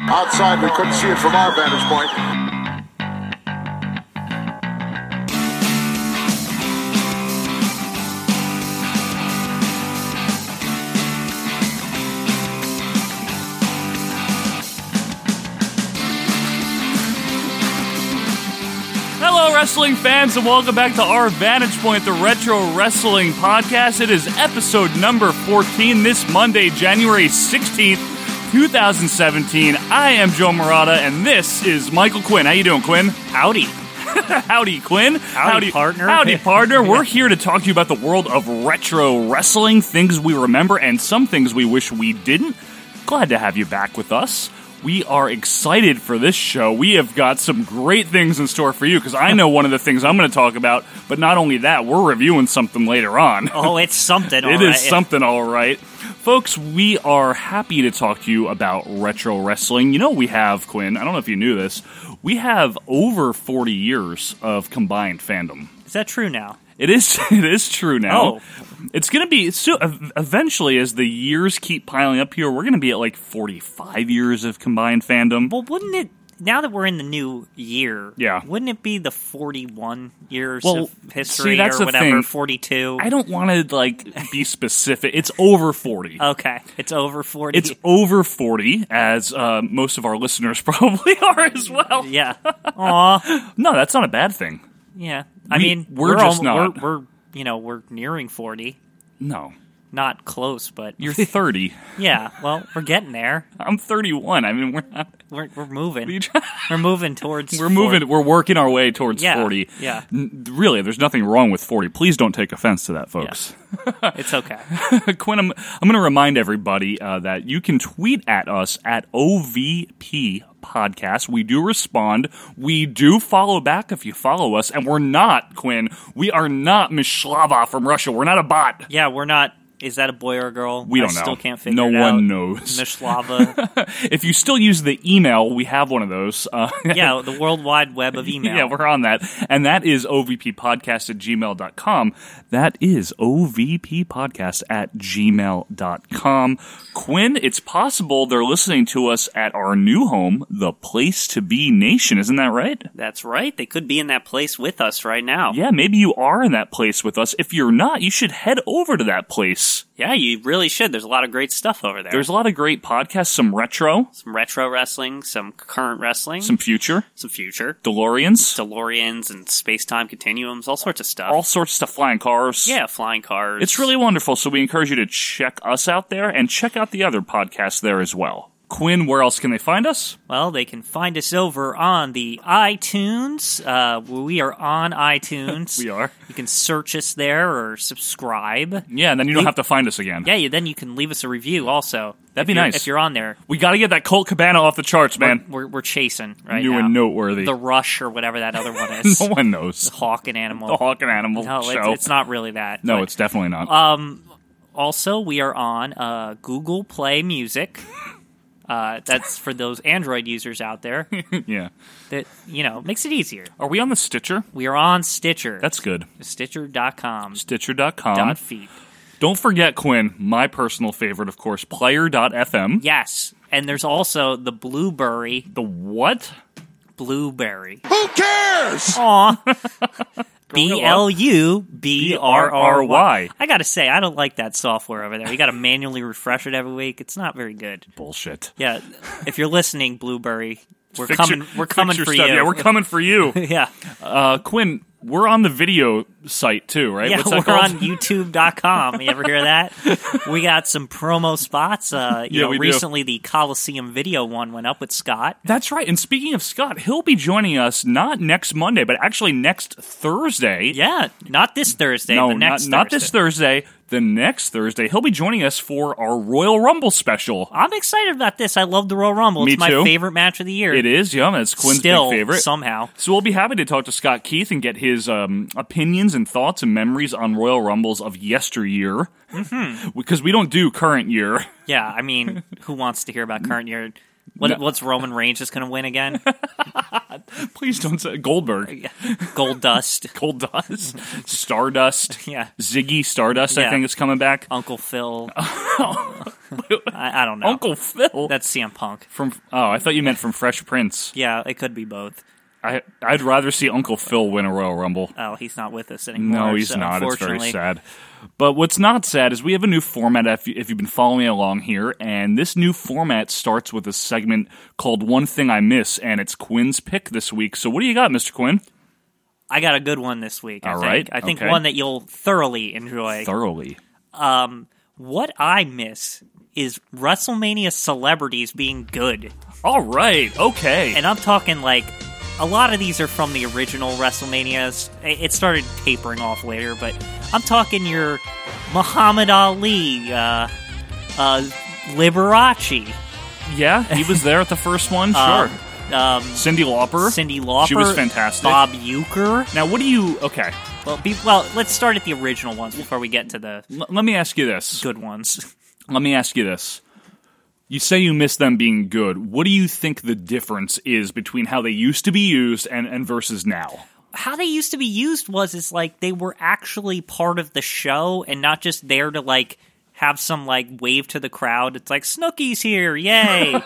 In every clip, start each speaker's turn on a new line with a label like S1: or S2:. S1: Outside, we couldn't see it from our vantage point.
S2: Hello, wrestling fans, and welcome back to our Vantage Point, the Retro Wrestling Podcast. It is episode number 14 this Monday, January 16th, 2017. I am Joe Morata, and this is Michael Quinn. How you doing, Quinn?
S3: Howdy.
S2: Howdy, Quinn.
S3: Howdy, partner.
S2: Howdy, partner. We're here to talk to you about the world of retro wrestling, things we remember, and some things we wish we didn't. Glad to have you back with us. We are excited for this show. We have got some great things in store for you because I know one of the things I'm going to talk about, but not only that, we're reviewing something later on.
S3: Oh, it's something.
S2: It is
S3: all right.
S2: something, all right. Folks, we are happy to talk to you about retro wrestling. You know, we have, Quinn, I don't know if you knew this, we have over 40 years of combined fandom.
S3: Is that true now?
S2: It is it is true now.
S3: Oh.
S2: It's going to be so ev- eventually as the years keep piling up here, we're going to be at like 45 years of combined fandom.
S3: Well, wouldn't it, now that we're in the new year,
S2: Yeah.
S3: wouldn't it be the 41 years
S2: Well,
S3: of history
S2: see, that's
S3: or
S2: the
S3: whatever,
S2: thing.
S3: 42?
S2: I don't want to like be specific. It's over 40.
S3: okay, it's over 40.
S2: it's over 40 as uh, most of our listeners probably are as well.
S3: yeah. Aw.
S2: No, that's not a bad thing.
S3: Yeah. I
S2: We-
S3: mean,
S2: we're just
S3: almo-
S2: not.
S3: We're, we're, you know, we're nearing 40.
S2: No.
S3: Not close, but
S2: You're 30.
S3: yeah. Well, we're getting there.
S2: I'm 31. I mean, we're not,
S3: We're, we're moving.
S2: you
S3: we're moving towards.
S2: we're moving
S3: 40.
S2: we're working our way towards
S3: Yeah,
S2: 40.
S3: yeah.
S2: N- really, there's nothing wrong with 40. Please don't take offense to that, folks.
S3: It's okay.
S2: Quinn, I'm, I'm going to remind everybody uh, that you can tweet at us at OVP podcast. We do respond. We do follow back if you follow us. And we're not, Quinn, we are not Mishlava from Russia. We're not a bot.
S3: Yeah, we're not. Is that a boy or a girl?
S2: We
S3: I
S2: don't know.
S3: Still can't figure
S2: No
S3: it out.
S2: one knows.
S3: Mishlava.
S2: If you still use the email, we have one of those. Uh,
S3: yeah, the World Wide Web of email.
S2: Yeah, we're on that. And that is ovppodcast at gmail.com. That is ovppodcast at gmail.com. Quinn, it's possible they're listening to us at our new home, the Place to Be Nation. Isn't that right?
S3: That's right. They could be in that place with us right now.
S2: Yeah, maybe you are in that place with us. If you're not, you should head over to that place.
S3: Yeah, you really should. There's a lot of great stuff over there.
S2: There's a lot of great podcasts, some retro,
S3: some retro wrestling, some current wrestling,
S2: some future,
S3: some future,
S2: DeLoreans,
S3: DeLoreans and space time continuums, all sorts of stuff.
S2: all sorts of stuff, flying cars.
S3: yeah, flying cars.
S2: It's really wonderful. So we encourage you to check us out there and check out the other podcasts there as well. Quinn, where else can they find us?
S3: Well, they can find us over on the iTunes. Uh, we are on iTunes.
S2: We are.
S3: You can search us there or subscribe.
S2: Yeah, and then you don't have to find us again.
S3: Yeah, you, then you can leave us a review also.
S2: That'd be
S3: If you're-
S2: nice.
S3: If you're on there,
S2: We got to get that Colt Cabana off the charts, man.
S3: we're, we're chasing right
S2: New
S3: now.
S2: and noteworthy.
S3: The Rush or whatever that other one is.
S2: no one knows.
S3: Hawk and Animal.
S2: The Hawk and Animal
S3: no, it's,
S2: show.
S3: it's not really that.
S2: no,
S3: but-
S2: it's definitely not.
S3: Also, we are on uh, Google Play Music. Uh, that's for those Android users out there
S2: yeah.
S3: that, you know, makes it easier.
S2: Are we on the Stitcher?
S3: We are on Stitcher.
S2: That's good.
S3: Stitcher.com.
S2: Stitcher.com.
S3: Dot feed.
S2: Don't forget, Quinn, my personal favorite, of course, player.fm.
S3: Yes. And there's also the Blueberry.
S2: The what?
S3: Blueberry.
S1: Who cares?
S3: Aw. B L U B R R
S2: B-R-R-Y.
S3: Y. I got to say, I don't like that software over there. You got to manually refresh it every week. It's not very good.
S2: Bullshit.
S3: Yeah. If you're listening, Blueberry, we're
S2: Fix
S3: coming.
S2: your-
S3: we're
S2: fix
S3: coming
S2: your
S3: for
S2: stuff.
S3: you.
S2: Yeah, we're coming for you.
S3: yeah.
S2: Uh, Quinn, we're on the video site too, right?
S3: Yeah,
S2: What's that
S3: we're
S2: called?
S3: on YouTube.com. You ever hear that? We got some promo spots. Uh, you
S2: Yeah,
S3: know,
S2: we do.
S3: recently the Coliseum video one went up with Scott.
S2: That's right. And speaking of Scott, he'll be joining us not next Monday, but actually next Thursday.
S3: Yeah, not this Thursday.
S2: No,
S3: the next
S2: not, not this
S3: Thursday.
S2: Thursday. The next Thursday, he'll be joining us for our Royal Rumble special.
S3: I'm excited about this. I love the Royal Rumble.
S2: Me
S3: it's my
S2: too.
S3: favorite match of the year.
S2: It is, yeah, that's Quinn's
S3: Still,
S2: big favorite.
S3: somehow.
S2: So we'll be happy to talk to Scott Keith and get his um, opinions and thoughts and memories on Royal Rumbles of yesteryear,
S3: Mm-hmm.
S2: because we don't do current year.
S3: Yeah, I mean, who wants to hear about current year? What,
S2: No.
S3: What's Roman Reigns just going to win again?
S2: Please don't say Goldberg.
S3: Gold Dust,
S2: Cold Dust, Stardust,
S3: Yeah.
S2: Ziggy Stardust. I
S3: Yeah. Uh,
S2: think is coming back.
S3: Uncle Phil. I, I don't know.
S2: Uncle Phil.
S3: That's CM Punk.
S2: from oh, I thought you meant from Fresh Prince.
S3: Yeah, it could be both.
S2: I I'd rather see Uncle Phil win a Royal Rumble.
S3: Oh, he's not with us anymore.
S2: No, he's
S3: so
S2: not. It's very
S3: unfortunately-
S2: sad. But what's not sad is we have a new format if, you, if you've been following me along here, and this new format starts with a segment called One Thing I Miss, and it's Quinn's pick this week. So what do you got, Mr. Quinn?
S3: I got a good one this week. I
S2: All
S3: think.
S2: right,
S3: I think
S2: okay.
S3: one that you'll thoroughly enjoy.
S2: Thoroughly.
S3: what I miss is WrestleMania celebrities being good.
S2: All right, okay.
S3: And I'm talking like a lot of these are from the original WrestleManias. It it started tapering off later, but I'm talking your Muhammad Ali, uh, uh, Liberace,
S2: yeah, he was there at the first one, sure.
S3: uh,
S2: Cindy Lauper.
S3: Cindy Lauper.
S2: She was fantastic.
S3: Bob Euchre.
S2: Now, what do you. Okay,
S3: Well, be, well, let's start at the original ones before we get to the
S2: l- let me ask you this.
S3: good ones.
S2: Let me ask you this. You say you miss them being good. What do you think the difference is between how they used to be used and, and versus now?
S3: how they used to be used was is like they were actually part of the show and not just there to like have some like wave to the crowd. It's like Snooki's here, yay!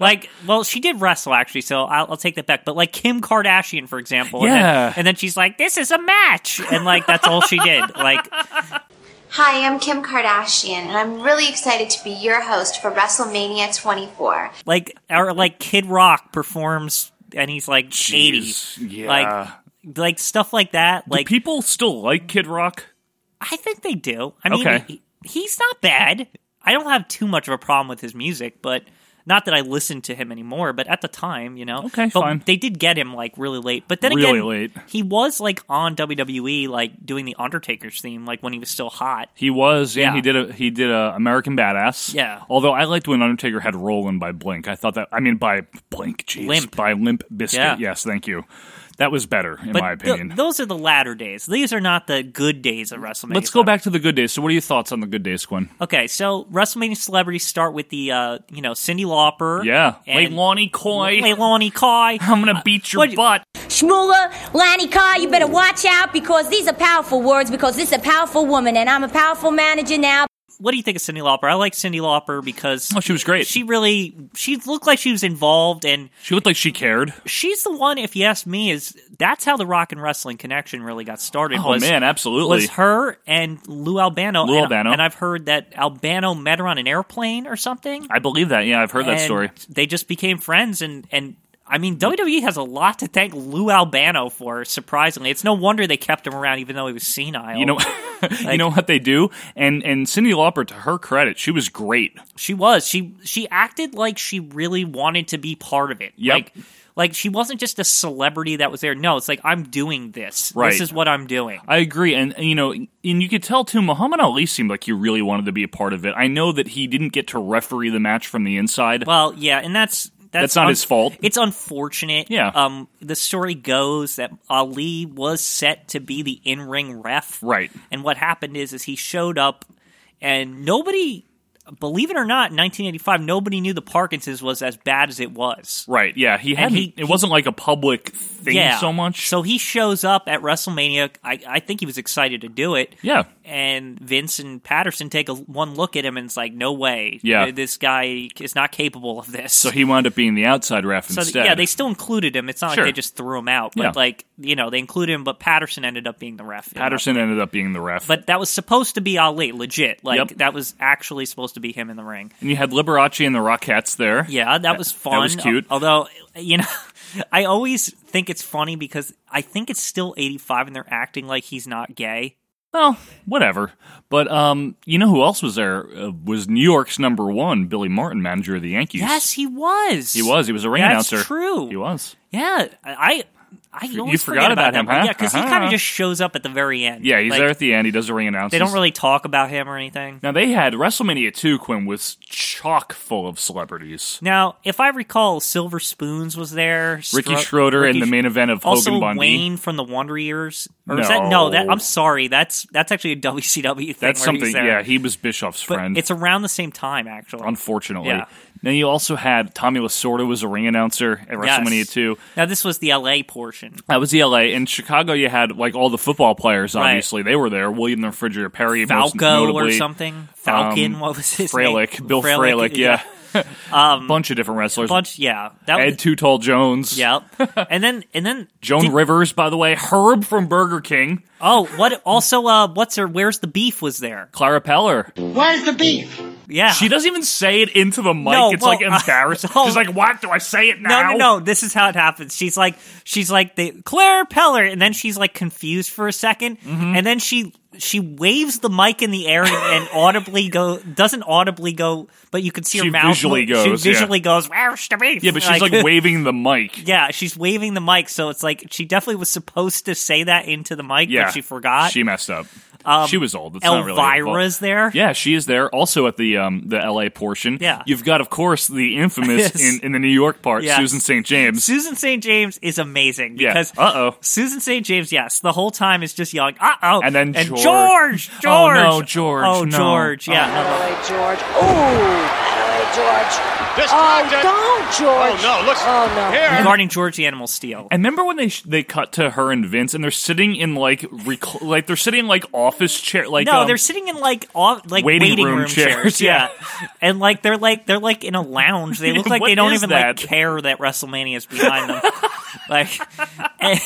S3: like, well, she did wrestle actually, so I'll, I'll take that back. But like Kim Kardashian, for example, and then-
S2: Yeah.
S3: and then she's like, "This is a match," and like that's all she did. Like,
S4: Hi, I'm Kim Kardashian, and I'm really excited to be your host for WrestleMania 24.
S3: like or like Kid Rock performs and he's like eighty,
S2: Jeez, yeah.
S3: like like stuff like that. Like
S2: people still like Kid Rock.
S3: I think they do. I mean,
S2: Okay.
S3: he- he's not bad. I don't have too much of a problem with his music, but not that I listen to him anymore. But at the time, you know,
S2: Okay,
S3: but
S2: fine.
S3: They did get him like really late, but then
S2: Really
S3: again,
S2: late.
S3: He was like on WWE, like doing the Undertaker's theme, like when he was still hot.
S2: He was, yeah,
S3: Yeah.
S2: He did a he did a American Badass.
S3: Yeah.
S2: Although I liked when Undertaker had Roland by Blink. I thought that I mean by Blink, jeez,
S3: Limp.
S2: by Limp Biscuit.
S3: Yeah.
S2: Yes, thank you. That was better in
S3: But
S2: my
S3: th-
S2: opinion.
S3: those are the latter days. These are not the good days of WrestleMania.
S2: Let's go back to the good days. So, what are your thoughts on the good days, Quinn?
S3: Okay, so WrestleMania celebrities start with the uh, you know Cindy Lauper,
S2: Yeah,
S3: and
S2: Leilani Coy.
S3: Leilani Kai.
S2: I'm gonna beat your
S3: what-
S2: butt.
S5: Shmula, Lanny Carr, you better watch out because these are powerful words because this is a powerful woman and I'm a powerful manager now.
S3: what do you think of Cindy Lauper? I like Cindy Lauper because
S2: Oh, she was great.
S3: she really she looked like she was involved, and
S2: She looked like she cared.
S3: she's the one. If you ask me, is that's how the rock and wrestling connection really got started?
S2: Oh
S3: was,
S2: man, absolutely.
S3: was her and Lou Albano?
S2: Lou
S3: and,
S2: Albano.
S3: and I've heard that Albano met her on an airplane or something.
S2: I believe that. Yeah, I've heard that
S3: and
S2: story.
S3: They just became friends, and and I mean WWE has a lot to thank Lou Albano for. Surprisingly, it's no wonder they kept him around, even though he was senile.
S2: You know, you know what they do, and and Cindy Lauper, to her credit, she was great.
S3: She was. She she acted like she really wanted to be part of it.
S2: Yep.
S3: Like like she wasn't just a celebrity that was there. No, it's like I'm doing this.
S2: Right.
S3: This is what I'm doing.
S2: I agree, and and, you know, and you could tell too. Muhammad Ali seemed like he really wanted to be a part of it. I know that he didn't get to referee the match from the inside.
S3: Well, yeah, and that's that's,
S2: That's not his fault.
S3: It's unfortunate.
S2: Yeah.
S3: Um the story goes that Ali was set to be the in-ring ref.
S2: Right.
S3: And what happened is is he showed up and nobody believe it or not, in 1985 nobody knew the Parkinson's was as bad as it was.
S2: right? Yeah, he had.
S3: he-
S2: It wasn't like a public thing
S3: yeah.
S2: so much.
S3: So he shows up at WrestleMania. I, I think he was excited to do it.
S2: Yeah.
S3: And Vince and Patterson take a one look at him and it's like, no way.
S2: Yeah.
S3: This guy is not capable of this.
S2: so he wound up being the outside ref
S3: So,
S2: instead.
S3: yeah, they still included him. It's not
S2: Sure.
S3: like they just threw him out. But
S2: Yeah.
S3: like, you know, they included him, but Patterson ended up being the ref.
S2: Patterson ended up being the ref,
S3: But that was supposed to be Ali, legit. Like
S2: Yep.
S3: that was actually supposed to be him in the ring.
S2: and you had Liberace and the Rockettes there.
S3: Yeah, that was fun.
S2: was cute.
S3: Al- Although, you know, I always think it's funny because I think it's still 85 and they're acting like he's not gay.
S2: Well, whatever. But um, you know who else was there? Uh, was New York's number one, Billy Martin, manager of the Yankees.
S3: Yes, he was.
S2: he was. He was a ring
S3: That's
S2: announcer.
S3: true.
S2: He was.
S3: Yeah, I. I always
S2: forgot
S3: forget
S2: about
S3: that
S2: him,
S3: part.
S2: huh?
S3: Yeah, because he
S2: Uh-huh.
S3: kind of just shows up at the very end.
S2: Yeah, he's
S3: Like,
S2: there at the end. He does a ring announcer.
S3: They don't really talk about him or anything.
S2: Now they had WrestleMania 2 Quinn was chock full of celebrities.
S3: Now, if I recall, Silver Spoons was there.
S2: Ricky
S3: Stro-
S2: Schroeder
S3: Ricky
S2: in the main event of
S3: also
S2: Hogan Bundy.
S3: Wayne from the Wonder Years. Or is that no? That
S2: No.
S3: I'm sorry. That's that's actually a WCW thing.
S2: That's
S3: where
S2: something.
S3: He's there.
S2: Yeah, he was Bischoff's
S3: but
S2: friend.
S3: it's around the same time actually.
S2: unfortunately.
S3: Yeah.
S2: Then you also had Tommy Lasorda was a ring announcer at WrestleMania
S3: Yes.
S2: 2.
S3: Now this was the LA portion.
S2: That was the LA. In Chicago, you had like all the football players.
S3: Right.
S2: Obviously, they were there. William the Refrigerator Perry, most
S3: Falco or
S2: notably.
S3: something. Falcon,
S2: um,
S3: what was his
S2: Fralick,
S3: name?
S2: Bill Fralick, yeah, bunch of different wrestlers.
S3: Um, Bunch, yeah. That
S2: Ed
S3: was
S2: Too Tall Jones,
S3: Yep. And then and then
S2: Joan
S3: did-
S2: Rivers, by the way, Herb from Burger King,
S3: Oh, what also uh what's her where's the beef was there?
S2: Clara Peller.
S6: Where's the beef?
S3: Yeah.
S2: She doesn't even say it into the mic.
S3: No,
S2: it's
S3: well,
S2: like
S3: uh,
S2: embarrassing.
S3: no.
S2: She's like, "What do I say it
S3: no,
S2: now?"
S3: no, no. This is how it happens. She's like, she's like the Claire Peller, and then she's like confused for a 2nd
S2: Mm-hmm.
S3: and then she she waves the mic in the air and, and audibly go doesn't audibly go, but you can see
S2: She
S3: her mouth.
S2: visually
S3: move-
S2: goes,
S3: She
S2: yeah.
S3: visually goes. Where's the beef?
S2: Yeah, but she's like, waving the mic.
S3: Yeah, she's waving the mic, so it's like she definitely was supposed to say that into the mic,
S2: Yeah,
S3: but she forgot. Um,
S2: She messed up. she was old. It's not really her fault.
S3: Elvira's there.
S2: Yeah, she is there also at the um, the LA portion.
S3: Yeah.
S2: You've got, of course, the infamous
S3: Yes.
S2: in, in the New York part,
S3: Yes.
S2: Susan St. James.
S3: Susan St. James is amazing
S2: Yeah.
S3: because
S2: Uh-oh.
S3: Susan St. James, yes, the whole time is just yelling, uh oh,
S2: And then
S3: and
S2: George.
S3: George, George,
S2: Oh, no, George,
S3: oh
S2: no.
S3: George, yeah,
S7: Attaway, George. Ooh, Attaway, George.
S8: This
S7: Oh,
S8: time, Ted-
S7: don't, George.
S8: Oh, no, look.
S7: Oh, no.
S8: Here.
S3: regarding George the Animal Steel.
S2: And remember when they sh- they cut to her and Vince, and they're sitting in like recl- like they're sitting in, like office chair like
S3: no,
S2: um,
S3: they're sitting in like all like
S2: waiting
S3: waiting,
S2: room
S3: room,
S2: chairs,
S3: chairs, yeah, and like they're like they're like in a lounge. They look
S2: Yeah,
S3: like
S2: what
S3: they don't
S2: is
S3: even
S2: that?
S3: like care that WrestleMania is behind them. like, and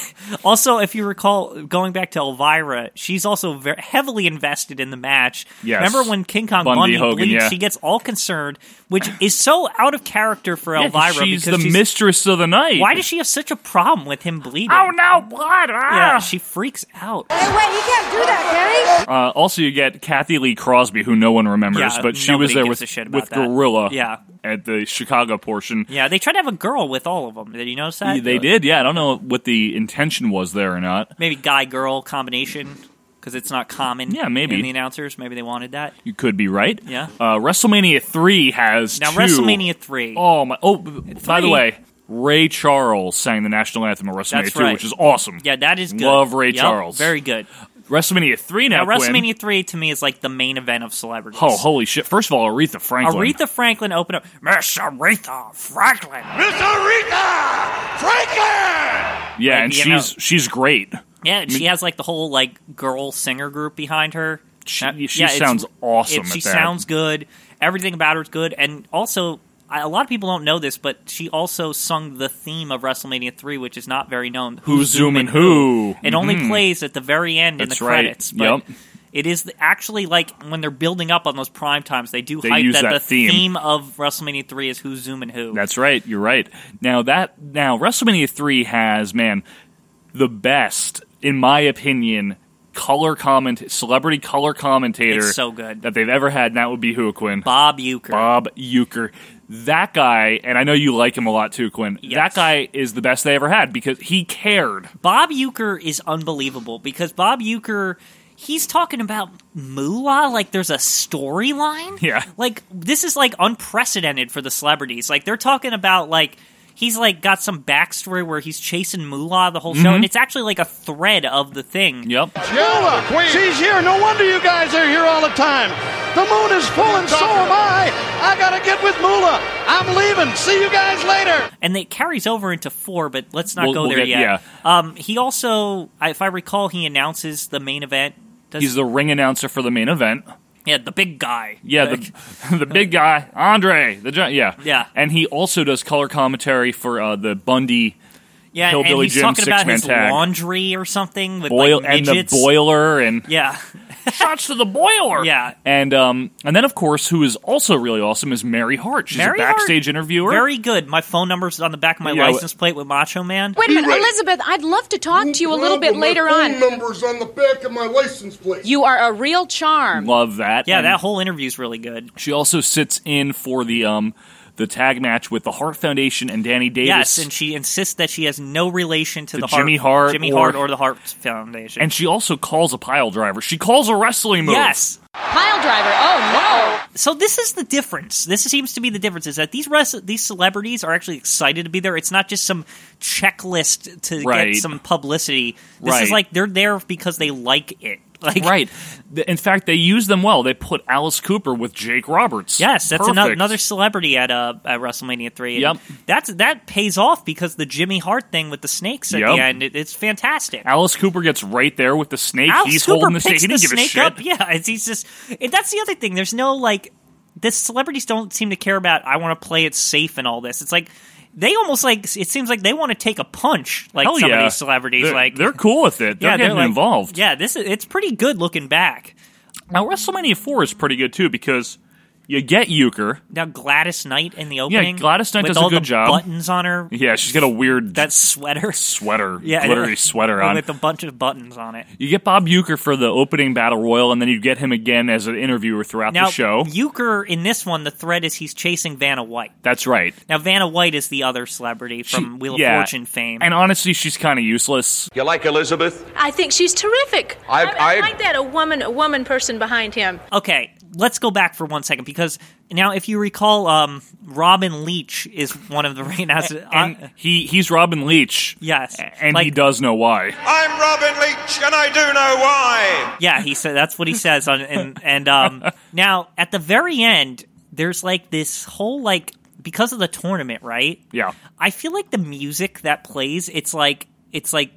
S3: also if you recall, going back to Elvira, she's also very heavily invested in the match.
S2: Yes.
S3: Remember when King Kong
S2: Bundy
S3: Bundy,
S2: Hogan,
S3: bleeds,
S2: yeah.
S3: she gets all concerned, which is so out of character for
S2: Yeah, 'cause
S3: Elvira
S2: she's
S3: because
S2: the
S3: she's-
S2: mistress of the night.
S3: Why does she have such a problem with him bleeding?
S2: Oh no, blood!
S3: Yeah,
S2: Ah!
S3: she freaks out.
S7: Hey, wait, he can't do that, can he?
S2: uh, also, you get Kathy Lee Crosby, who no one remembers,
S3: Yeah,
S2: but she was
S3: nobody
S2: there
S3: gives
S2: with
S3: a shit about
S2: with
S3: that.
S2: Gorilla.
S3: Yeah.
S2: at the Chicago portion.
S3: Yeah, they tried to have a girl with all of them. Did you notice that?
S2: They did, yeah. I don't know what the intention was there or not.
S3: maybe guy girl combination because it's not common.
S2: Yeah, maybe.
S3: in the announcers. Maybe they wanted that.
S2: You could be right.
S3: Yeah.
S2: Uh, WrestleMania three has
S3: Now
S2: two-
S3: WrestleMania three.
S2: Oh my! Oh, b- by the
S3: Three.
S2: way, Ray Charles sang the national anthem of WrestleMania
S3: That's
S2: two,
S3: right.
S2: which is awesome.
S3: Yeah, that is good.
S2: Love Ray
S3: Yep,
S2: Charles.
S3: Very good.
S2: WrestleMania three now.
S3: Now
S2: Quinn.
S3: WrestleMania three to me is like the main event of celebrities.
S2: Oh, holy shit! First of all, Aretha Franklin.
S3: Aretha Franklin opened up. Miss Aretha Franklin.
S8: Miss Aretha Franklin!
S2: Yeah,
S3: Like,
S2: and
S3: you
S2: she's she's great.
S3: Yeah, and she has like the whole like girl singer group behind her.
S2: She-
S3: That-
S2: she
S3: uh, it's-
S2: sounds awesome
S3: It, she
S2: at that.
S3: sounds good. Everything about her is good, and also I, a lot of people don't know this, but she also sung the theme of WrestleMania three, which is not very known.
S2: Who's Zooming Who? Mm-hmm.
S3: It only plays at the very end in
S2: That's
S3: the
S2: right.
S3: credits. But
S2: Yep.
S3: It is the- actually like when they're building up on those prime times, they do
S2: They
S3: hype
S2: use
S3: that,
S2: that
S3: the
S2: theme.
S3: of WrestleMania three is who's zooming who.
S2: That's right. You're right. Now that now WrestleMania three has man the best, in my opinion, color comment celebrity color commentator
S3: It's so good.
S2: that they've ever had. And that would be who Quinn.
S3: Bob Euchre.
S2: Bob Euchre. That guy, and I know you like him a lot too, Quinn.
S3: Yes.
S2: That guy is the best they ever had because he cared.
S3: Bob Euchre is unbelievable because Bob Euchre, he's talking about moolah like there's a storyline.
S2: Yeah.
S3: Like, this is like unprecedented for the celebrities. Like, they're talking about like. He's like got some backstory where he's chasing Moolah the whole show, and it's actually like a thread of the thing.
S2: Mm-hmm. Yep.
S8: Sheila, she's here. No wonder you guys are here all the time. The moon is full and so am I. I gotta get with Mula. I'm leaving. See you guys later.
S3: And it carries over into four, but let's not
S2: We'll-
S3: go
S2: we'll
S3: there
S2: get-
S3: yet.
S2: yeah.
S3: Um, he also, I- if I recall, he announces the main event. Does,
S2: He's the ring announcer for the main event.
S3: yeah, the big guy.
S2: Yeah,
S3: Like,
S2: the the big guy, Andre, the giant. Yeah,
S3: Yeah.
S2: and he also does color commentary for uh, the Bundy
S3: yeah, and
S2: Hillbilly
S3: he's
S2: Jim
S3: talking about
S2: six-man
S3: his
S2: tag.
S3: laundry or something with
S2: boil
S3: like
S2: and the
S3: midgets.
S2: boiler and
S3: Yeah.
S2: shots to the boiler.
S3: Yeah.
S2: and um, and then of course, who is also really awesome is Mary Hart. She's
S3: Mary
S2: a
S3: Hart-
S2: backstage interviewer.
S3: Very good. My phone number's on the back of my
S2: Yeah,
S3: license plate with Macho Man.
S9: Wait a minute, Elizabeth, I'd love to talk to you a little bit later on.
S6: Numbers on the back of my license plate.
S9: You are a real charm.
S2: Love that.
S3: Yeah,
S2: And
S3: that whole interview's really good.
S2: She also sits in for the um the tag match with the Hart Foundation and Danny Davis.
S3: Yes, and she insists that she has no relation to
S2: To
S3: the Hart,
S2: Jimmy Hart
S3: Jimmy
S2: or-
S3: Hart, or the Hart Foundation.
S2: And she also calls a pile driver. She calls a wrestling move.
S3: yes.
S9: Pile driver. Oh
S3: So this is the difference. This seems to be the difference is that these res- these celebrities are actually excited to be there. It's not just some checklist to
S2: Right.
S3: get some publicity. This
S2: Right.
S3: is like they're there because they like it. Like,
S2: Right. Th- In fact, they used them well. They put Alice Cooper with Jake Roberts.
S3: Yes, that's
S2: Perfect.
S3: another, another celebrity at uh, at WrestleMania three. and
S2: Yep.
S3: that's that pays off because the Jimmy Hart thing with the snakes at
S2: Yep.
S3: the end, it, it's fantastic.
S2: Alice Cooper gets right there with the snake.
S3: Alice
S2: He's
S3: Cooper
S2: holding the snake.
S3: picks
S2: He didn't
S3: the
S2: give a
S3: snake
S2: shit.
S3: up. Yeah, it's, he's just. and that's the other thing. There's no like. The celebrities don't seem to care about. I want to play it safe and all this. It's like they almost like. It seems like they want to take a punch. Like
S2: Hell
S3: some
S2: yeah.
S3: of these celebrities,
S2: They're-
S3: like
S2: they're cool with it. They're
S3: yeah,
S2: getting
S3: like-
S2: involved.
S3: Yeah, this is. It's pretty good looking back.
S2: Now WrestleMania four is pretty good too because you get Euchre.
S3: Now Gladys Knight in the opening.
S2: Gladys Knight
S3: with
S2: does a
S3: all
S2: good
S3: the
S2: job.
S3: Buttons on her.
S2: Yeah, she's got a weird
S3: That sweater.
S2: sweater,
S3: Yeah,
S2: glittery sweater on.
S3: with a bunch of buttons on it.
S2: You get Bob Euchre for the opening battle royal, and then you get him again as an interviewer throughout
S3: Now,
S2: the show.
S3: Euchre in this one, the thread is he's chasing Vanna White.
S2: That's right.
S3: Now, Vanna White is the other celebrity from
S2: She-
S3: Wheel of
S2: yeah.
S3: Fortune fame.
S2: And honestly, she's kind of useless.
S10: You like Elizabeth?
S9: I think she's terrific.
S10: I-
S9: I, I,
S10: I-
S9: like that a woman, a woman person behind him.
S3: okay, let's go back for one second because now, if you recall, um, Robin Leach is one of the right now.
S2: And he he's Robin Leach.
S3: Yes.
S2: A- and he
S3: Like-
S2: does know why.
S10: I'm Robin Leach, and I do know why.
S3: yeah, he said that's what he says. On and, and um, now at the very end, there's like this whole like because of the tournament, right?
S2: Yeah,
S3: I feel like the music that plays, it's like it's like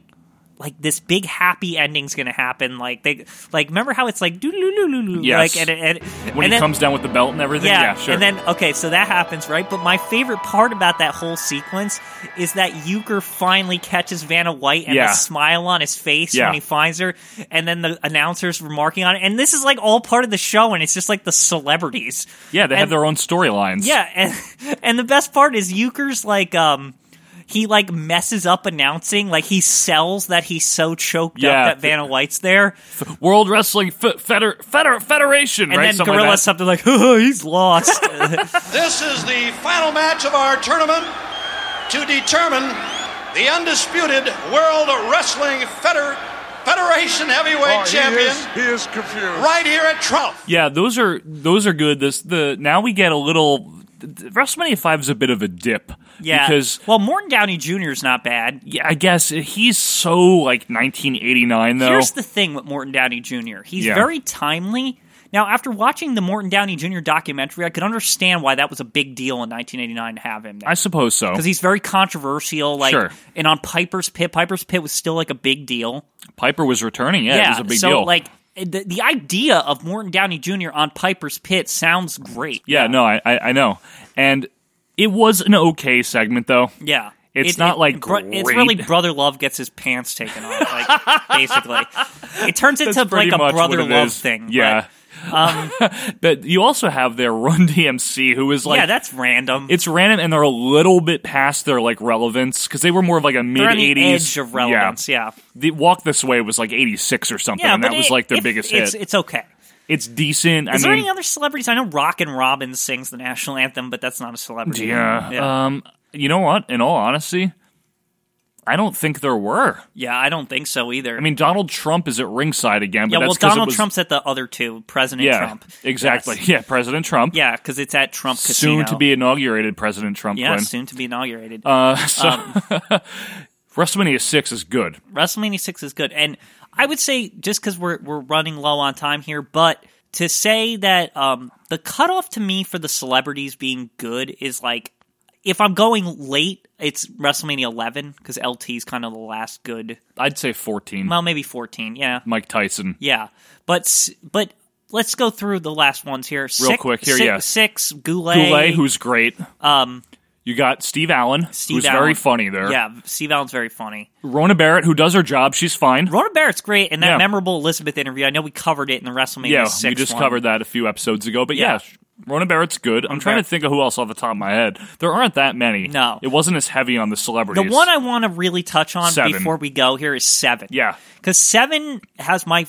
S3: like this big happy ending's gonna happen. Like they like remember how it's like doo-doo-doo-doo-doo,
S2: Yes.
S3: like and, and
S2: when
S3: and
S2: he
S3: then-
S2: comes down with the belt and everything. Yeah, sure.
S3: And then okay, so that happens, right? But my favorite part about that whole sequence is that Euchre finally catches Vanna White and
S2: Yeah.
S3: the smile on his face
S2: Yeah.
S3: when he finds her, and then the announcers remarking on it. And this is like all part of the show, and it's just like the celebrities.
S2: yeah, they have
S3: and-
S2: their own storylines.
S3: Yeah, and and the best part is Euchre's like um he like messes up announcing, like he sells that he's so choked
S2: Yeah.
S3: up that Vanna White's there,
S2: World Wrestling Fe- Feder- Feder- Federation,
S3: and
S2: right?
S3: then
S2: Something like
S3: Gorilla
S2: that.
S3: something like, oh, he's lost.
S8: This is the final match of our tournament to determine the undisputed World Wrestling Feder- Federation Heavyweight Champion
S6: He is, he is confused.
S8: right here at Trump.
S2: Yeah, those are those are good. This the now we get a little WrestleMania Five is a bit of a dip.
S3: yeah,
S2: because
S3: well, Morton Downey Jr. is not bad.
S2: yeah, I guess uh, he's so like 1989 though.
S3: Here's the thing with Morton Downey Jr. He's
S2: Yeah.
S3: very timely. Now, after watching the Morton Downey Jr. documentary, I could understand why that was a big deal in 1989 to have him there.
S2: I suppose so.
S3: because he's very controversial, like,
S2: Sure.
S3: and on Piper's Pit, Piper's Pit was still like a big deal.
S2: Piper was returning. Yeah, it was a big
S3: so
S2: deal.
S3: like the, the idea of Morton Downey Jr. on Piper's Pit sounds great.
S2: yeah, no, I, I I know, and it was an okay segment though.
S3: yeah.
S2: It's not, like,
S3: bro- it's
S2: great.
S3: really brother love gets his pants taken off, like basically. It turns into
S2: Pretty
S3: like a
S2: much
S3: brother
S2: what it
S3: love
S2: is.
S3: thing. Um,
S2: Yeah. but you also have their Run DMC, who is
S3: but-
S2: like
S3: yeah, that's random.
S2: it's random and they're a little bit past their like relevance because they were more of like a mid
S3: They're on the edge
S2: '80s
S3: of relevance. Yeah,
S2: The Walk This Way was like '86 or something,
S3: yeah,
S2: and
S3: but
S2: that was
S3: it-
S2: like their
S3: if-
S2: biggest
S3: it's,
S2: hit.
S3: It's okay.
S2: It's decent.
S3: Is
S2: I
S3: there
S2: mean,
S3: any other celebrities? I know Rock and Robin sings the national anthem, but that's not a celebrity.
S2: yeah.
S3: yeah.
S2: Um, you know what? In all honesty, I don't think there were.
S3: Yeah, I don't think so either.
S2: I mean, Donald Trump is at ringside again,
S3: yeah,
S2: but
S3: well,
S2: that's 'cause
S3: Donald
S2: it was,
S3: Trump's at the other two, President
S2: Yeah,
S3: Trump.
S2: exactly.
S3: Yes.
S2: Yeah, President Trump.
S3: Yeah, because it's at Trump Casino.
S2: soon to be inaugurated President Trump.
S3: yeah,
S2: Glenn.
S3: soon to be inaugurated.
S2: Uh, so WrestleMania six is good.
S3: WrestleMania six is good, and I would say just because we're we're running low on time here, but to say that um, the cutoff to me for the celebrities being good is like if I'm going late, it's WrestleMania eleven because LT is kind of the last good.
S2: I'd say fourteen.
S3: Well, maybe fourteen. Yeah,
S2: Mike Tyson.
S3: yeah, but s- but. Let's go through the last ones here. Real
S2: quick here,
S3: six,
S2: yeah.
S3: Six, Goulet.
S2: Goulet, who's great. Um, you got Steve Allen,
S3: Steve
S2: who's
S3: Allen.
S2: very funny there.
S3: Yeah, Steve Allen's very funny.
S2: Rona Barrett, who does her job, she's fine.
S3: Rona Barrett's great, and that
S2: Yeah.
S3: memorable Elizabeth interview. I know we covered it in the WrestleMania.
S2: yeah,
S3: six
S2: we just
S3: one.
S2: covered that a few episodes ago. But yeah,
S3: Yeah.
S2: sh- Rona Barrett's good. I'm trying to think of who else off the top of my head. There aren't that many.
S3: No.
S2: it wasn't as heavy on the
S3: The
S2: celebrities.
S3: one I want to really touch on
S2: Seven.
S3: before we go here is seven.
S2: yeah,
S3: because seven has my.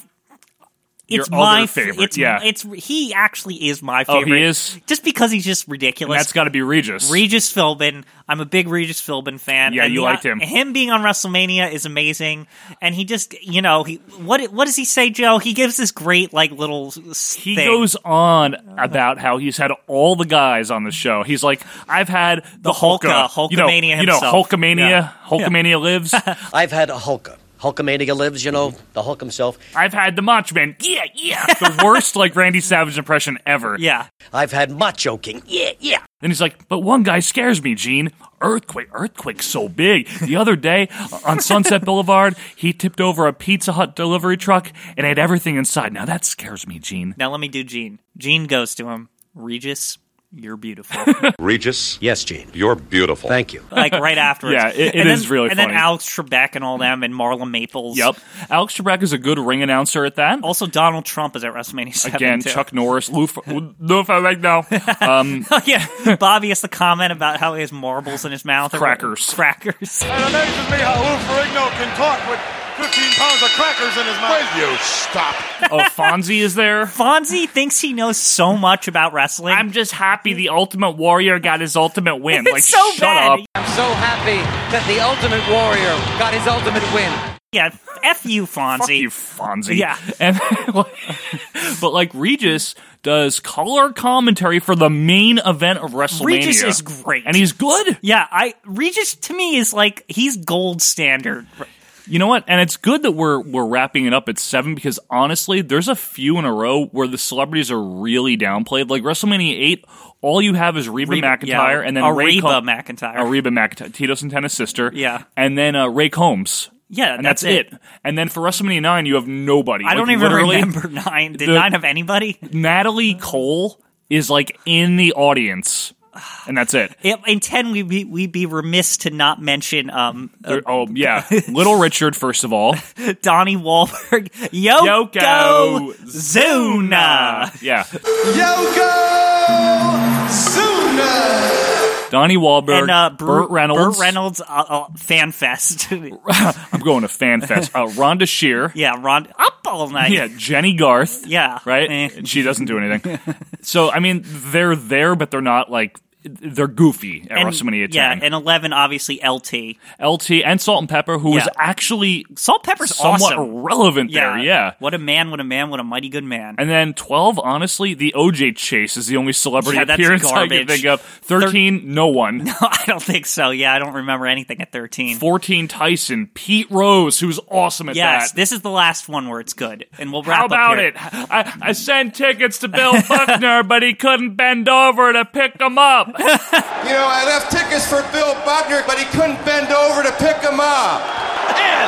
S2: Your
S3: It's my
S2: other
S3: f-
S2: favorite,
S3: It's,
S2: yeah.
S3: it's he actually is my
S2: Oh, he
S3: favorite.
S2: is?
S3: just because he's just
S2: and
S3: ridiculous.
S2: that's got to be Regis.
S3: Regis Philbin. I'm a big Regis Philbin fan.
S2: Yeah,
S3: and
S2: you
S3: the-
S2: liked him.
S3: Him being on WrestleMania is amazing, and he just, you know, he what what does he say, Joe? He gives this great like little.
S2: He goes on about how he's had all the guys on the show. He's like, I've had the,
S3: Hulka,
S2: Hulka, you know,
S3: Hulkamania
S2: you know,
S3: himself.
S2: Hulkamania,
S3: Yeah.
S2: Hulkamania lives.
S11: I've had a Hulka. Hulkamania lives, you know, the Hulk himself.
S2: I've had the Macho Man. Yeah, yeah. The worst like Randy Savage impression ever.
S3: Yeah.
S11: I've had Macho King. Yeah, yeah.
S2: Then he's like, but one guy scares me, Gene. Earthquake, earthquake's so big. The other day on Sunset Boulevard, he tipped over a Pizza Hut delivery truck and had everything inside. Now that scares me, Gene.
S3: Now let me do Gene. Gene goes to him. Regis, you're beautiful.
S10: Regis?
S11: Yes, Gene.
S10: You're beautiful.
S11: Thank you.
S3: like right afterwards.
S2: Yeah, it- it
S3: and
S2: is
S3: then,
S2: really
S3: And then
S2: funny.
S3: Alex Trebek and all them and Marla Maples.
S2: Yep. Alex Trebek is a good ring announcer at that.
S3: Also, Donald Trump is at WrestleMania 7
S2: Again,
S3: too.
S2: Chuck Norris, Lufa, Lufa right now. Um,
S3: Oh, yeah, Bobby has the comment about how he has marbles in his mouth. or-
S2: Crackers.
S3: Crackers.
S12: It amazes me how Lou Ferrigno can talk with 15 pounds of crackers in his mouth.
S1: Will you stop?
S2: oh, Fonzie is there.
S3: Fonzie thinks he knows so much about wrestling.
S2: I'm just happy the Ultimate Warrior got his ultimate win.
S3: It's
S2: like,
S3: so
S2: shut up.
S3: bad.
S13: I'm so happy that the Ultimate Warrior got his ultimate win.
S3: Yeah, f you, Fonzie.
S2: Fuck you, Fonzie.
S3: Yeah.
S2: And but like Regis does color commentary for the main event of WrestleMania.
S3: Regis is great.
S2: and he's good.
S3: Yeah, I Regis to me is like he's gold standard.
S2: You know what? And it's good that we're we're wrapping it up at seven because honestly, there's a few in a row where the celebrities are really downplayed. Like WrestleMania eight, all you have is Reba,
S3: Reba-
S2: McIntyre
S3: yeah,
S2: and then
S3: Ariba
S2: Ray Com-
S3: McIntyre.
S2: Ariba McIntyre, Tito Santana's sister.
S3: Yeah.
S2: and then uh, Ray Combs.
S3: Yeah,
S2: and
S3: that's
S2: that's, it. And then for WrestleMania nine, you have nobody.
S3: I
S2: Like,
S3: don't even
S2: literally,
S3: remember nine. Did
S2: the-
S3: nine have anybody?
S2: Natalie Cole is like in the audience, and that's it.
S3: Yep, in ten, we be, we'd be remiss to not mention um uh,
S2: There- oh yeah, Little Richard first of all,
S3: Donnie Wahlberg, Yoko,
S2: Yoko
S3: Zuna.
S2: yeah,
S12: Yoko Zuna.
S2: Donnie Wahlberg,
S3: and uh, Bur-
S2: Burt Reynolds.
S3: Burt Reynolds, uh, uh, fan fest.
S2: I'm going to fan fest. Uh, Rhonda Shear,
S3: yeah, Ron up all night.
S2: yeah, Jenny Garth,
S3: Yeah. Eh.
S2: right? She doesn't do anything. so I mean, they're there, but they're not like they're goofy at
S3: And-
S2: WrestleMania 10.
S3: Yeah, and eleven obviously LT.
S2: LT and Salt and Pepper, who was
S3: Yeah.
S2: actually
S3: Salt Pepper's
S2: somewhat
S3: awesome.
S2: relevant there, yeah.
S3: What a man, what a man, what a mighty good man.
S2: And then 12, honestly, the OJ chase is the only celebrity
S3: Yeah, that's
S2: appearance I
S3: garbage.
S2: can think of. 13, no one.
S3: I don't think so. Yeah, I don't remember anything at 13.
S2: 14, Tyson. Pete Rose, who's awesome at
S3: yes,
S2: that.
S3: this is the last one where it's good. And we'll wrap
S2: How
S3: up
S2: about
S3: here.
S2: it? I, I sent tickets to Bill Buckner, but he couldn't bend over to pick them up.
S3: Um,
S12: You know, I left tickets for Bill Buckner, but he couldn't bend over to pick them up. How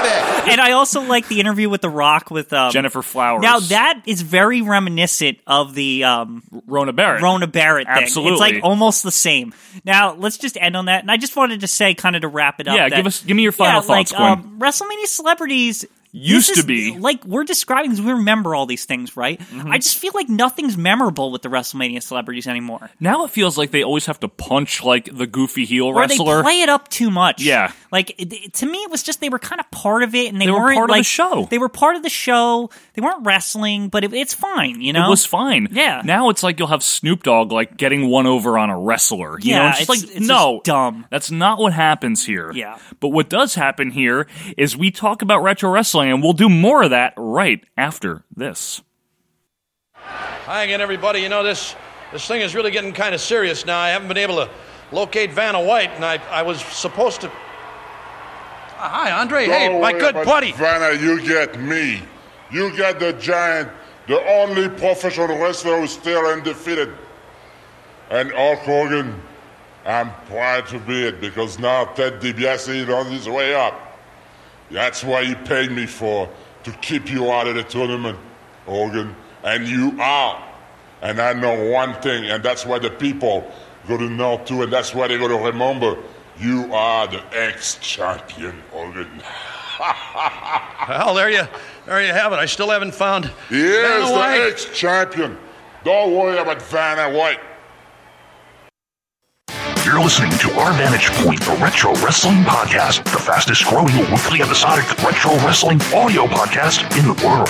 S12: about it?
S3: And I also like the interview with The Rock with um,
S2: Jennifer Flowers.
S3: Now that is very reminiscent of the um,
S2: Rona Barrett.
S3: Rona Barrett thing.
S2: Absolutely.
S3: It's like almost the same. Now let's just end on that. And I just wanted to say, kind of to wrap it up.
S2: Yeah,
S3: that-
S2: give us- give me your final
S3: yeah, like,
S2: thoughts, Gwen.
S3: Um, WrestleMania celebrities.
S2: Used
S3: this is-
S2: to be. Mm-hmm.
S3: like we're describing because we remember all these things, right? I just feel like nothing's memorable with the WrestleMania celebrities anymore.
S2: Now it feels like they always have to punch like the goofy heel
S3: Or
S2: wrestler.
S3: they play it up too much.
S2: Yeah.
S3: like it, it- to me, it was just they were kind of part of it, and they,
S2: They were
S3: weren't
S2: part of the
S3: like
S2: show.
S3: They were part of the show. They weren't wrestling, but it, it's fine, you know.
S2: It was fine.
S3: Yeah.
S2: Now it's like you'll have Snoop Dogg like getting one over on a wrestler. You know,
S3: Yeah,
S2: it's just
S3: it's-
S2: like
S3: it's
S2: no,
S3: just dumb.
S2: That's not what happens here.
S3: Yeah.
S2: But what does happen here is we talk about retro wrestling, and we'll do more of that right after this.
S8: Hi again, everybody. You know this this thing is really getting kind of serious now. I haven't been able to locate Vanna White, and I I was supposed to.
S12: Uh,
S8: Ah, Hi, Andre. hey, my good buddy.
S14: Vanna, you get me. You get the giant, the only professional wrestler who's still undefeated. And Hulk Hogan, I'm proud to be it because now Ted DiBiase is on his way up. That's why he paid me for, to keep you out of the tournament, Hogan. And you are. And I know one thing, and that's why the people go to know too, and that's why they're going to remember. You are the ex-champion, Hogan.
S8: Well, there you there you have it. I still haven't found.
S14: He is
S8: Vanna
S14: the
S8: White.
S14: ex-champion. Don't worry about Vanna White.
S15: You're listening to Our Vantage Point, the Retro Wrestling Podcast, the fastest growing weekly episodic retro wrestling audio podcast in the world.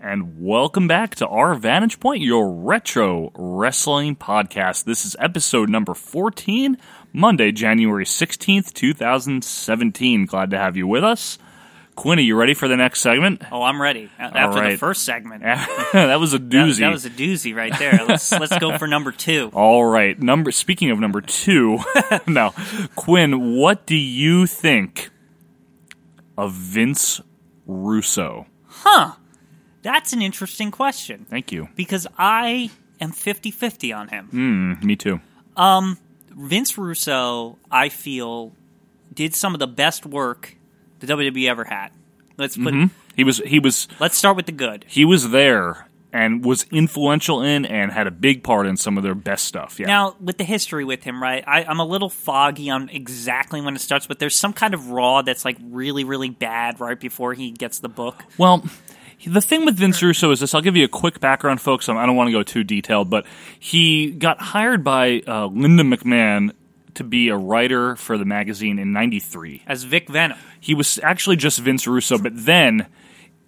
S2: And welcome back to our Vantage Point, your retro wrestling podcast. This is episode number 14, Monday, January 16th, 2017. Glad to have you with us. Quinn, are you ready for the next segment?
S3: Oh, I'm ready A- after the
S2: right.
S3: first segment.
S2: that was a
S3: That-
S2: doozy.
S3: That, was a doozy right there. Let's let's go for number two.
S2: All right. Number speaking of number 2, no. Quinn, what do you think of Vince Russo?
S3: Huh. That's an interesting question
S2: Thank you.
S3: because I am 50 50 on him.
S2: Mm, me too.
S3: Um, Vince Russo, I feel, did some of the best work the WWE ever had. Let's put.
S2: Mhm. He was he was
S3: Let's start with the good.
S2: he was there and was influential in and had a big part in some of their best stuff. Yeah.
S3: Now, with the history with him, right? I, I'm a little foggy on exactly when it starts, but there's some kind of Raw that's like really, really bad right before he gets the book.
S2: Well, the thing with Vince Russo is this. I'll give you a quick background, folks. I don't want to go too detailed, but he got hired by uh, Linda McMahon to be a writer for the magazine in '93.
S3: As Vic Venom.
S2: He was actually just Vince Russo, but then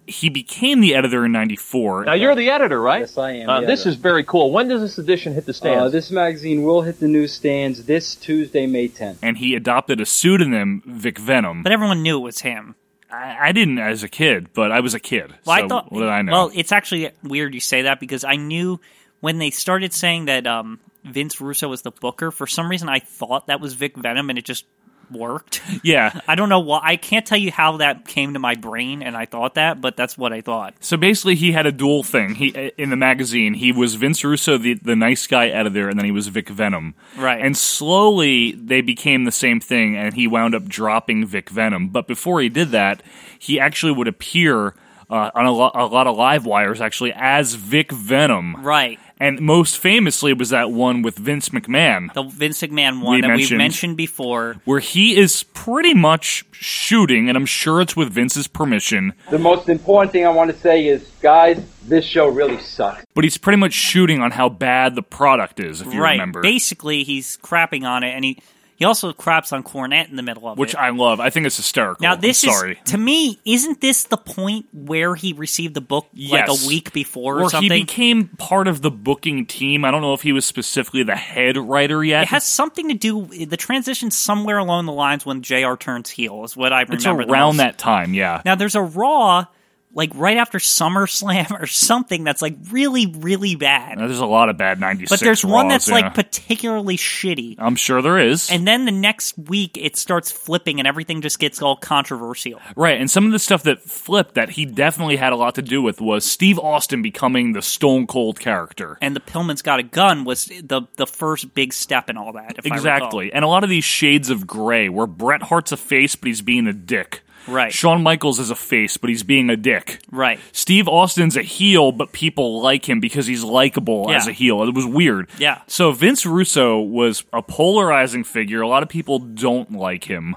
S2: he became the editor in '94.
S16: Now you're the editor, right? Yes,
S17: I am,
S16: Uh,
S17: the
S16: this
S17: editor.
S16: is very cool. When does this edition hit the stands?
S17: Uh, this magazine will hit the newsstands this Tuesday, May 10th.
S2: and he adopted a pseudonym, Vic Venom.
S3: But everyone knew it was him.
S2: I, I didn't as a kid, but I was a kid.
S3: Well,
S2: so
S3: I thought.
S2: What did I know?
S3: Well, it's actually weird you say that because I knew when they started saying that um, Vince Russo was the booker. For some reason, I thought that was Vic Venom, and it just worked.
S2: yeah.
S3: I don't know why. I can't tell you how that came to my brain, and I thought that, but that's what I thought.
S2: So basically, he had a dual thing. He in the magazine, he was Vince Russo, the the nice guy editor, and then he was Vic Venom.
S3: Right.
S2: And slowly they became the same thing, and he wound up dropping Vic Venom. But before he did that, he actually would appear uh, on a, lo- a lot of live wires, actually as Vic Venom.
S3: Right.
S2: And most famously was that one with Vince McMahon,
S3: The Vince McMahon one
S2: We
S3: that
S2: mentioned.
S3: we've mentioned before.
S2: where he is pretty much shooting, and I'm sure it's with Vince's permission.
S17: The most important thing I want to say is, guys, this show really sucks.
S2: But he's pretty much shooting on how bad the product is, if you
S3: right.
S2: remember.
S3: Basically, he's crapping on it, and he he also craps on Cornette in the middle of
S2: which
S3: it.
S2: I love. I think it's hysterical.
S3: now this
S2: I'm sorry.
S3: is to me, isn't this the point where he received the book like
S2: Yes.
S3: a week before
S2: Where
S3: or something?
S2: he became part of the booking team. I don't know if he was specifically the head writer yet.
S3: it has something to do the transition somewhere along the lines when JR turns heel is what I remember.
S2: it's
S3: the
S2: around
S3: most.
S2: that time, yeah.
S3: Now there's a Raw like right after SummerSlam or something that's like really really bad.
S2: Now, there's a lot of bad 96
S3: But there's one that's
S2: Raws, yeah.
S3: like particularly shitty.
S2: I'm sure there is.
S3: And then the next week it starts flipping and everything just gets all controversial.
S2: Right, and some of the stuff that flipped that he definitely had a lot to do with was Steve Austin becoming the Stone Cold character.
S3: And the Pillman's got a gun was the the first big step in all that. if I recall.
S2: Exactly. And a lot of these shades of gray where Bret Hart's a face but he's being a dick.
S3: Right.
S2: Shawn Michaels is a face but he's being a dick.
S3: Right.
S2: Steve Austin's a heel, but people like him because he's likable
S3: Yeah.
S2: as a heel. It was weird.
S3: Yeah.
S2: So Vince Russo was a polarizing figure. A lot of people don't like him.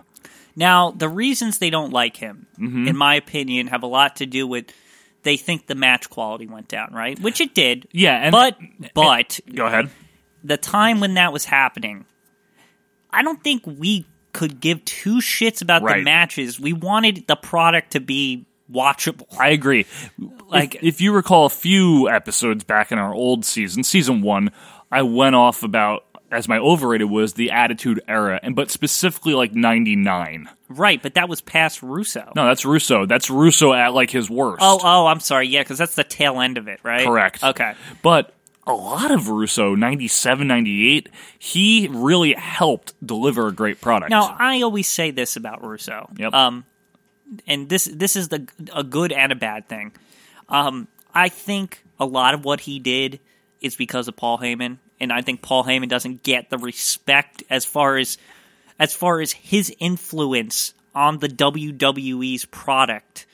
S3: Now the reasons they don't like him,
S2: Mm-hmm.
S3: in my opinion, have a lot to do with they think the match quality went down, right? Which it did.
S2: Yeah, and-
S3: but but
S2: Go ahead.
S3: the time when that was happening, I don't think we could give two shits about
S2: Right.
S3: the matches. We wanted the product to be watchable.
S2: I agree. Like,
S3: Like-
S2: if, you recall a few episodes back in our old season, season one, I went off about as my overrated was the Attitude Era, and but specifically like '99.
S3: Right, but that was past Russo.
S2: No, that's Russo. That's Russo at like his worst.
S3: Oh, oh, I'm sorry. Yeah, because that's the tail end of it, right?
S2: Correct.
S3: Okay.
S2: But a lot of Russo, 97, 98, he really helped deliver a great product.
S3: Now I always say this about Russo.
S2: Yep.
S3: Um, and this this is the a good and a bad thing. Um, I think a lot of what he did is because of Paul Heyman, and I think Paul Heyman doesn't get the respect as far as as far as his influence on the WWE's product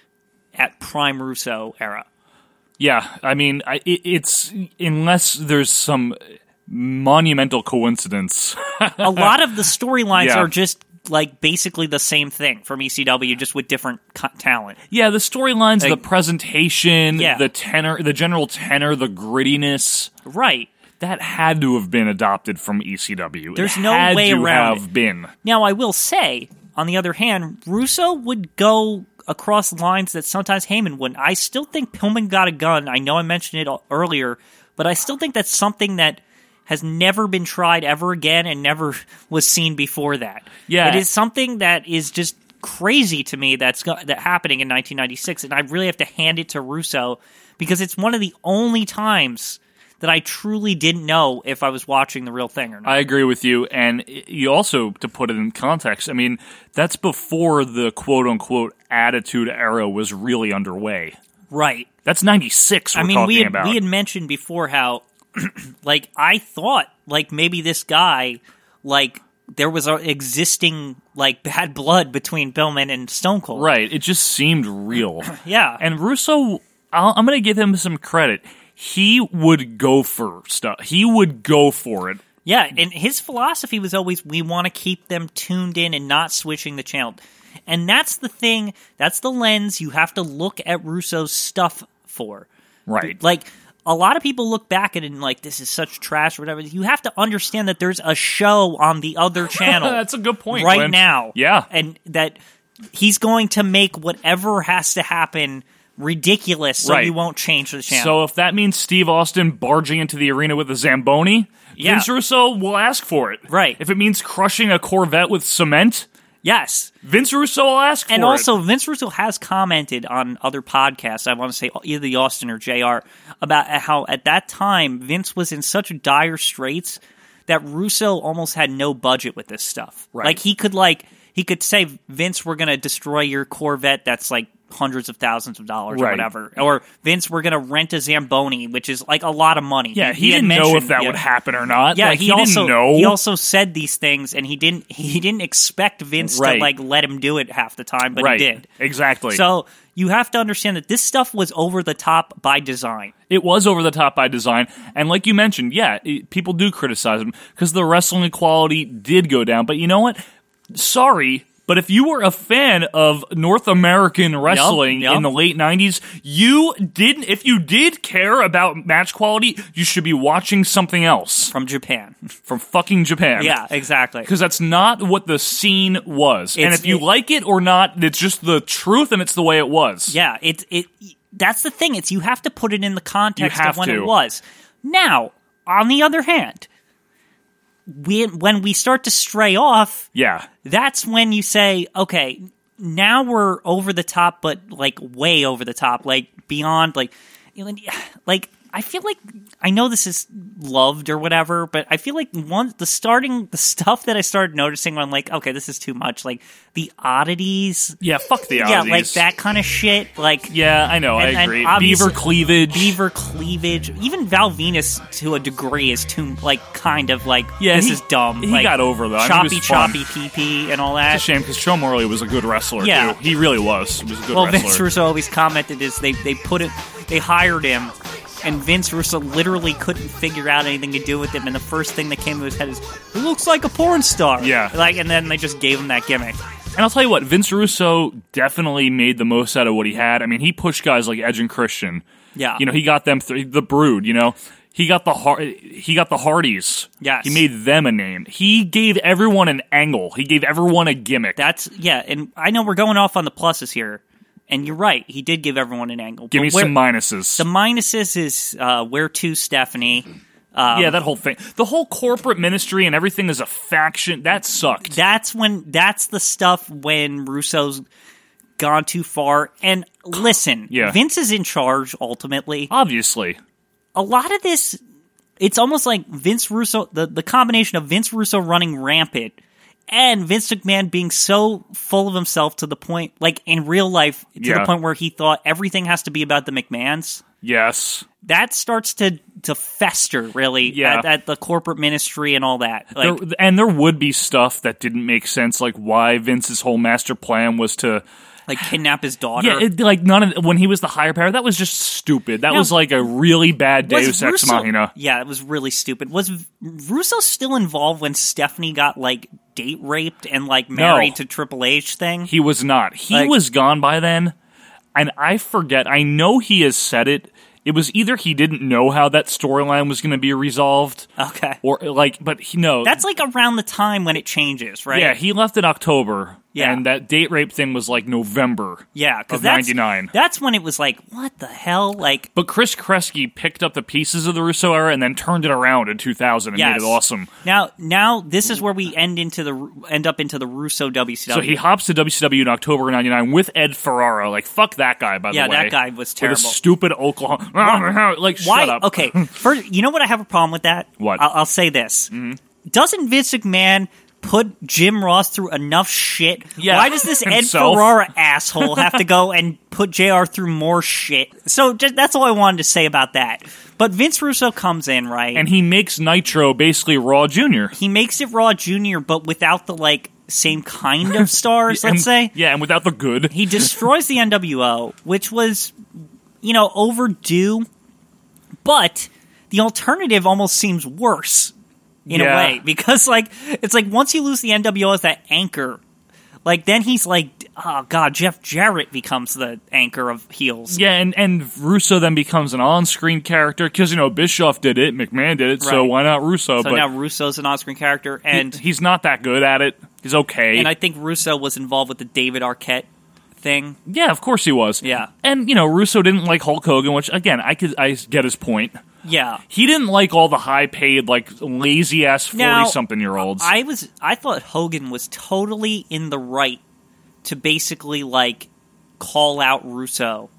S3: at Prime Russo era.
S2: yeah, I mean, I, it, it's unless there's some monumental coincidence.
S3: a lot of the storylines
S2: Yeah.
S3: are just like basically the same thing from ECW, just with different co- talent.
S2: yeah, the storylines, the
S3: Like-
S2: presentation,
S3: Yeah.
S2: the tenor, the general tenor, the grittiness.
S3: Right.
S2: That had to have been adopted from ECW. It
S3: There's no
S2: had
S3: way
S2: to
S3: around
S2: Have
S3: it.
S2: been.
S3: Now, I will say, on the other hand, Russo would go across lines that sometimes Heyman wouldn't. I still think Pillman got a gun. I know I mentioned it al- earlier, but I still think that's something that has never been tried ever again and never was seen before that.
S2: Yeah.
S3: It is something that is just crazy to me that's go- that happening in 1996 and I really have to hand it to Russo because it's one of the only times that I truly didn't know if I was watching the real thing or not.
S2: I agree with you. And you also, to put it in context, I mean, that's before the quote unquote attitude era was really underway.
S3: Right.
S2: That's 96 we're
S3: I mean,
S2: talking
S3: we had,
S2: about.
S3: we had mentioned before how, like, I thought, like, maybe this guy, like, there was a existing, like, bad blood between Billman and Stone Cold.
S2: right. It just seemed real.
S3: Yeah.
S2: And Russo, I'll, I'm going to give him some credit. He would go for stuff. He would go for it.
S3: Yeah, and his philosophy was always we want to keep them tuned in and not switching the channel. And that's the thing, that's the lens you have to look at Russo's stuff for.
S2: Right.
S3: Like a lot of people look back at it and like this is such trash or whatever. You have to understand that there's a show on the other channel.
S2: That's a good point,
S3: Right
S2: Glenn.
S3: now.
S2: Yeah.
S3: And that he's going to make whatever has to happen ridiculous so
S2: Right.
S3: you won't change the channel.
S2: So if that means Steve Austin barging into the arena with a Zamboni,
S3: Yeah.
S2: Vince Russo will ask for it. Right. If it means crushing a Corvette with cement,
S3: Yes.
S2: Vince Russo will ask for
S3: and
S2: it.
S3: also, Vince Russo has commented on other podcasts, I want to say either the Austin or JR, about how at that time Vince was in such dire straits that Russo almost had no budget with this stuff.
S2: Right.
S3: Like he could like he could say, Vince, we're gonna destroy your Corvette that's like hundreds of thousands of dollars or
S2: Right.
S3: whatever. Or Vince, we're gonna rent a Zamboni, which is like a lot of money.
S2: yeah, he,
S3: had
S2: didn't know if
S3: mentioned-
S2: that
S3: yeah.
S2: would happen or not.
S3: Yeah,
S2: Like,
S3: he,
S2: he, didn't
S3: also
S2: know.
S3: he also said these things, and he didn't he didn't expect Vince
S2: Right.
S3: to like let him do it half the time, but
S2: Right.
S3: he did.
S2: exactly.
S3: So you have to understand that this stuff was over the top by design.
S2: It was over the top by design, and like you mentioned, yeah, it, people do criticize him because the wrestling quality did go down. But you know what? Sorry, but if you were a fan of North American wrestling
S3: yup.
S2: in the late '90s, you didn't. If you did care about match quality, you should be watching something else
S3: from Japan,
S2: from fucking Japan.
S3: Yeah, exactly.
S2: Because that's not what the scene was. and
S3: It's-
S2: if you
S3: it-
S2: like it or not, it's just the truth and it's the way it was.
S3: Yeah, it it that's the thing. It's you have to put it in the context
S2: You have
S3: of when
S2: to.
S3: it was. Now, on the other hand, when when we start to stray off,
S2: Yeah.
S3: that's when you say, okay, now we're over the top, but like way over the top, like beyond, like, you know, like I feel like I know this is loved or whatever, but I feel like once the starting the stuff that I started noticing, when I'm like, okay, this is too much, like the oddities,
S2: Yeah, fuck the
S3: yeah, like
S2: oddities.
S3: that kind of shit, like
S2: Yeah, I know.
S3: and-
S2: I
S3: and
S2: agree.
S3: obvious-
S2: Beaver cleavage.
S3: beaver cleavage, even Val Venus to a degree is too like kind of like
S2: Yeah,
S3: this
S2: he-
S3: is dumb.
S2: he
S3: like,
S2: got over, though. I mean, he
S3: Choppy,
S2: was fun.
S3: choppy, pee pee, and all that.
S2: It's a shame because Joe Morley was a good wrestler.
S3: Yeah.
S2: too. he really was. He was a good
S3: well,
S2: wrestler.
S3: Vince Russo always commented is they they put it, they hired him, and Vince Russo literally couldn't figure out anything to do with him. And the first thing that came to his head is, "He looks like a porn star."
S2: Yeah.
S3: like, and then they just gave him that gimmick.
S2: and I'll tell you what, Vince Russo definitely made the most out of what he had. I mean, he pushed guys like Edge and Christian.
S3: Yeah.
S2: you know, he got them through the Brood. You know, he got the Har- he got the Hardys.
S3: Yes.
S2: he made them a name. He gave everyone an angle. He gave everyone a gimmick.
S3: That's yeah, and I know we're going off on the pluses here, and you're right. He did give everyone an angle.
S2: Give
S3: But
S2: me
S3: where-
S2: some minuses.
S3: The minuses is uh, where to Stephanie. Um,
S2: yeah, that whole thing, the whole corporate ministry and everything is a faction. That sucked.
S3: that's when that's the stuff when Russo's gone too far. And listen,
S2: Yeah.
S3: Vince is in charge ultimately.
S2: Obviously,
S3: a lot of this, it's almost like Vince Russo, the, the combination of Vince Russo running rampant and Vince McMahon being so full of himself to the point, like in real life, to
S2: Yeah.
S3: the point where he thought everything has to be about the McMahons.
S2: Yes.
S3: That starts to to fester really
S2: Yeah.
S3: at, at the corporate ministry and all that. Like,
S2: there, and there would be stuff that didn't make sense, like why Vince's whole master plan was to.
S3: like kidnap his daughter.
S2: Yeah, it, like none of when he was the higher power, that was just stupid. That
S3: Now,
S2: was like a really bad
S3: Was
S2: Deus Ex
S3: Russo-
S2: Machina.
S3: Yeah, it was really stupid. Was V- Russo still involved when Stephanie got like date raped and like married to Triple H thing?
S2: He was not. He
S3: Like-
S2: was gone by then, and I forget. I know he has said it. It was either he didn't know how that storyline was going to be resolved,
S3: okay,
S2: or like, but he no,
S3: That's like around the time when it changes, right?
S2: yeah, he left in October. Yeah. And that date rape thing was like November.
S3: Yeah,
S2: of
S3: because that's
S2: '99.
S3: that's when it was like, what the hell? Like,
S2: But Chris Kresge picked up the pieces of the Russo era and then turned it around in 2000 and
S3: Yes.
S2: made it awesome.
S3: now now this is where we end into the end up into the Russo WCW.
S2: So he hops to WCW in October '99 with Ed Ferraro. Like fuck that guy. By
S3: Yeah,
S2: the way,
S3: that guy was terrible.
S2: With a stupid Oklahoma. Like
S3: Why?
S2: shut up.
S3: Okay, first, you know what I have a problem with that.
S2: What? Mm-hmm.
S3: I'll, I'll say this: Doesn't Vince McMahon put Jim Ross through enough shit?
S2: Yeah,
S3: Why does this Ed
S2: himself.
S3: Ferrara asshole have to go and put Jr. through more shit? So just, that's all I wanted to say about that. But Vince Russo comes in right,
S2: And he makes Nitro basically Raw Junior.
S3: he makes it Raw Junior, but without the like same kind of stars.
S2: And-
S3: let's say
S2: Yeah, and without the good.
S3: he destroys the NWO, which was, you know, overdue. But the alternative almost seems worse in
S2: Yeah.
S3: a way because, like, it's like once you lose the NWO as that anchor, like then he's like, oh god, Jeff Jarrett becomes the anchor of heels.
S2: Yeah, and, and Russo then becomes an on-screen character because you know Bischoff did it, McMahon did it, so
S3: Right.
S2: why not Russo?
S3: So
S2: but
S3: now Russo's an on-screen character,
S2: he-
S3: and
S2: he's not that good at it. He's okay.
S3: and I think Russo was involved with the David Arquette thing.
S2: yeah, of course he was.
S3: Yeah.
S2: and you know Russo didn't like Hulk Hogan, which again I could I get his point.
S3: Yeah,
S2: He didn't like all the high-paid, like lazy-ass
S3: Now,
S2: forty-something-year-olds.
S3: I was I thought Hogan was totally in the right to basically like call out Russo.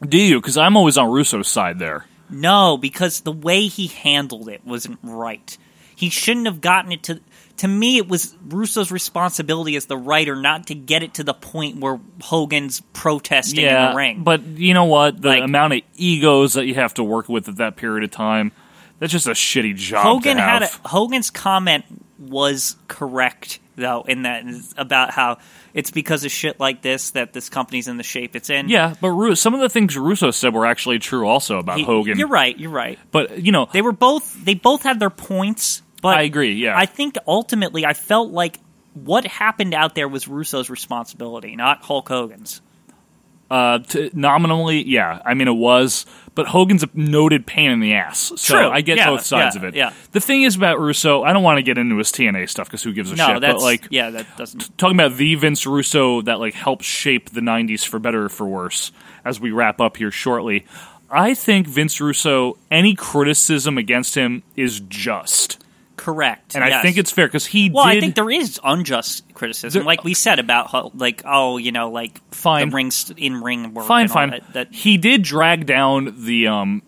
S2: Do you? Because I'm always on Russo's side there.
S3: No, because the way he handled it wasn't right. He shouldn't have gotten it to to me it was Russo's responsibility as the writer not to get it to the point where Hogan's protesting in
S2: yeah,
S3: the ring.
S2: but you know what? The amount of egos that you have to work with at that period of time—that's just a shitty job. to
S3: Hogan had
S2: have.
S3: a, Hogan's comment was correct though in that about how it's because of shit like this that this company's in the shape it's in.
S2: Yeah, but Ru- some of the things Russo said were actually true also about
S3: He-
S2: Hogan.
S3: You're right. You're right.
S2: But you know,
S3: They were both. They both had their points. But
S2: I agree. Yeah,
S3: I think ultimately, I felt like what happened out there was Russo's responsibility, not Hulk Hogan's.
S2: uh, t- nominally, yeah. I mean, it was, but Hogan's a noted pain in the ass. So
S3: True,
S2: I get
S3: yeah,
S2: both sides
S3: yeah,
S2: of it.
S3: yeah.
S2: The thing is about Russo, I don't want to get into his TNA stuff because who gives a
S3: No,
S2: Oh, shit?
S3: that's
S2: but like
S3: yeah, that doesn't.
S2: talking about the Vince Russo that like helped shape the '90s for better or for worse. As we wrap up here shortly, I think Vince Russo, any criticism against him is just.
S3: Correct.
S2: And I
S3: yes.
S2: think it's fair because he
S3: Well,
S2: did.
S3: I think there is unjust criticism,
S2: There-
S3: like we said about Hulk, like oh, you know, like
S2: Fine.
S3: the rings in ring work.
S2: fine,
S3: and all
S2: fine.
S3: That, that-
S2: he did drag down the um,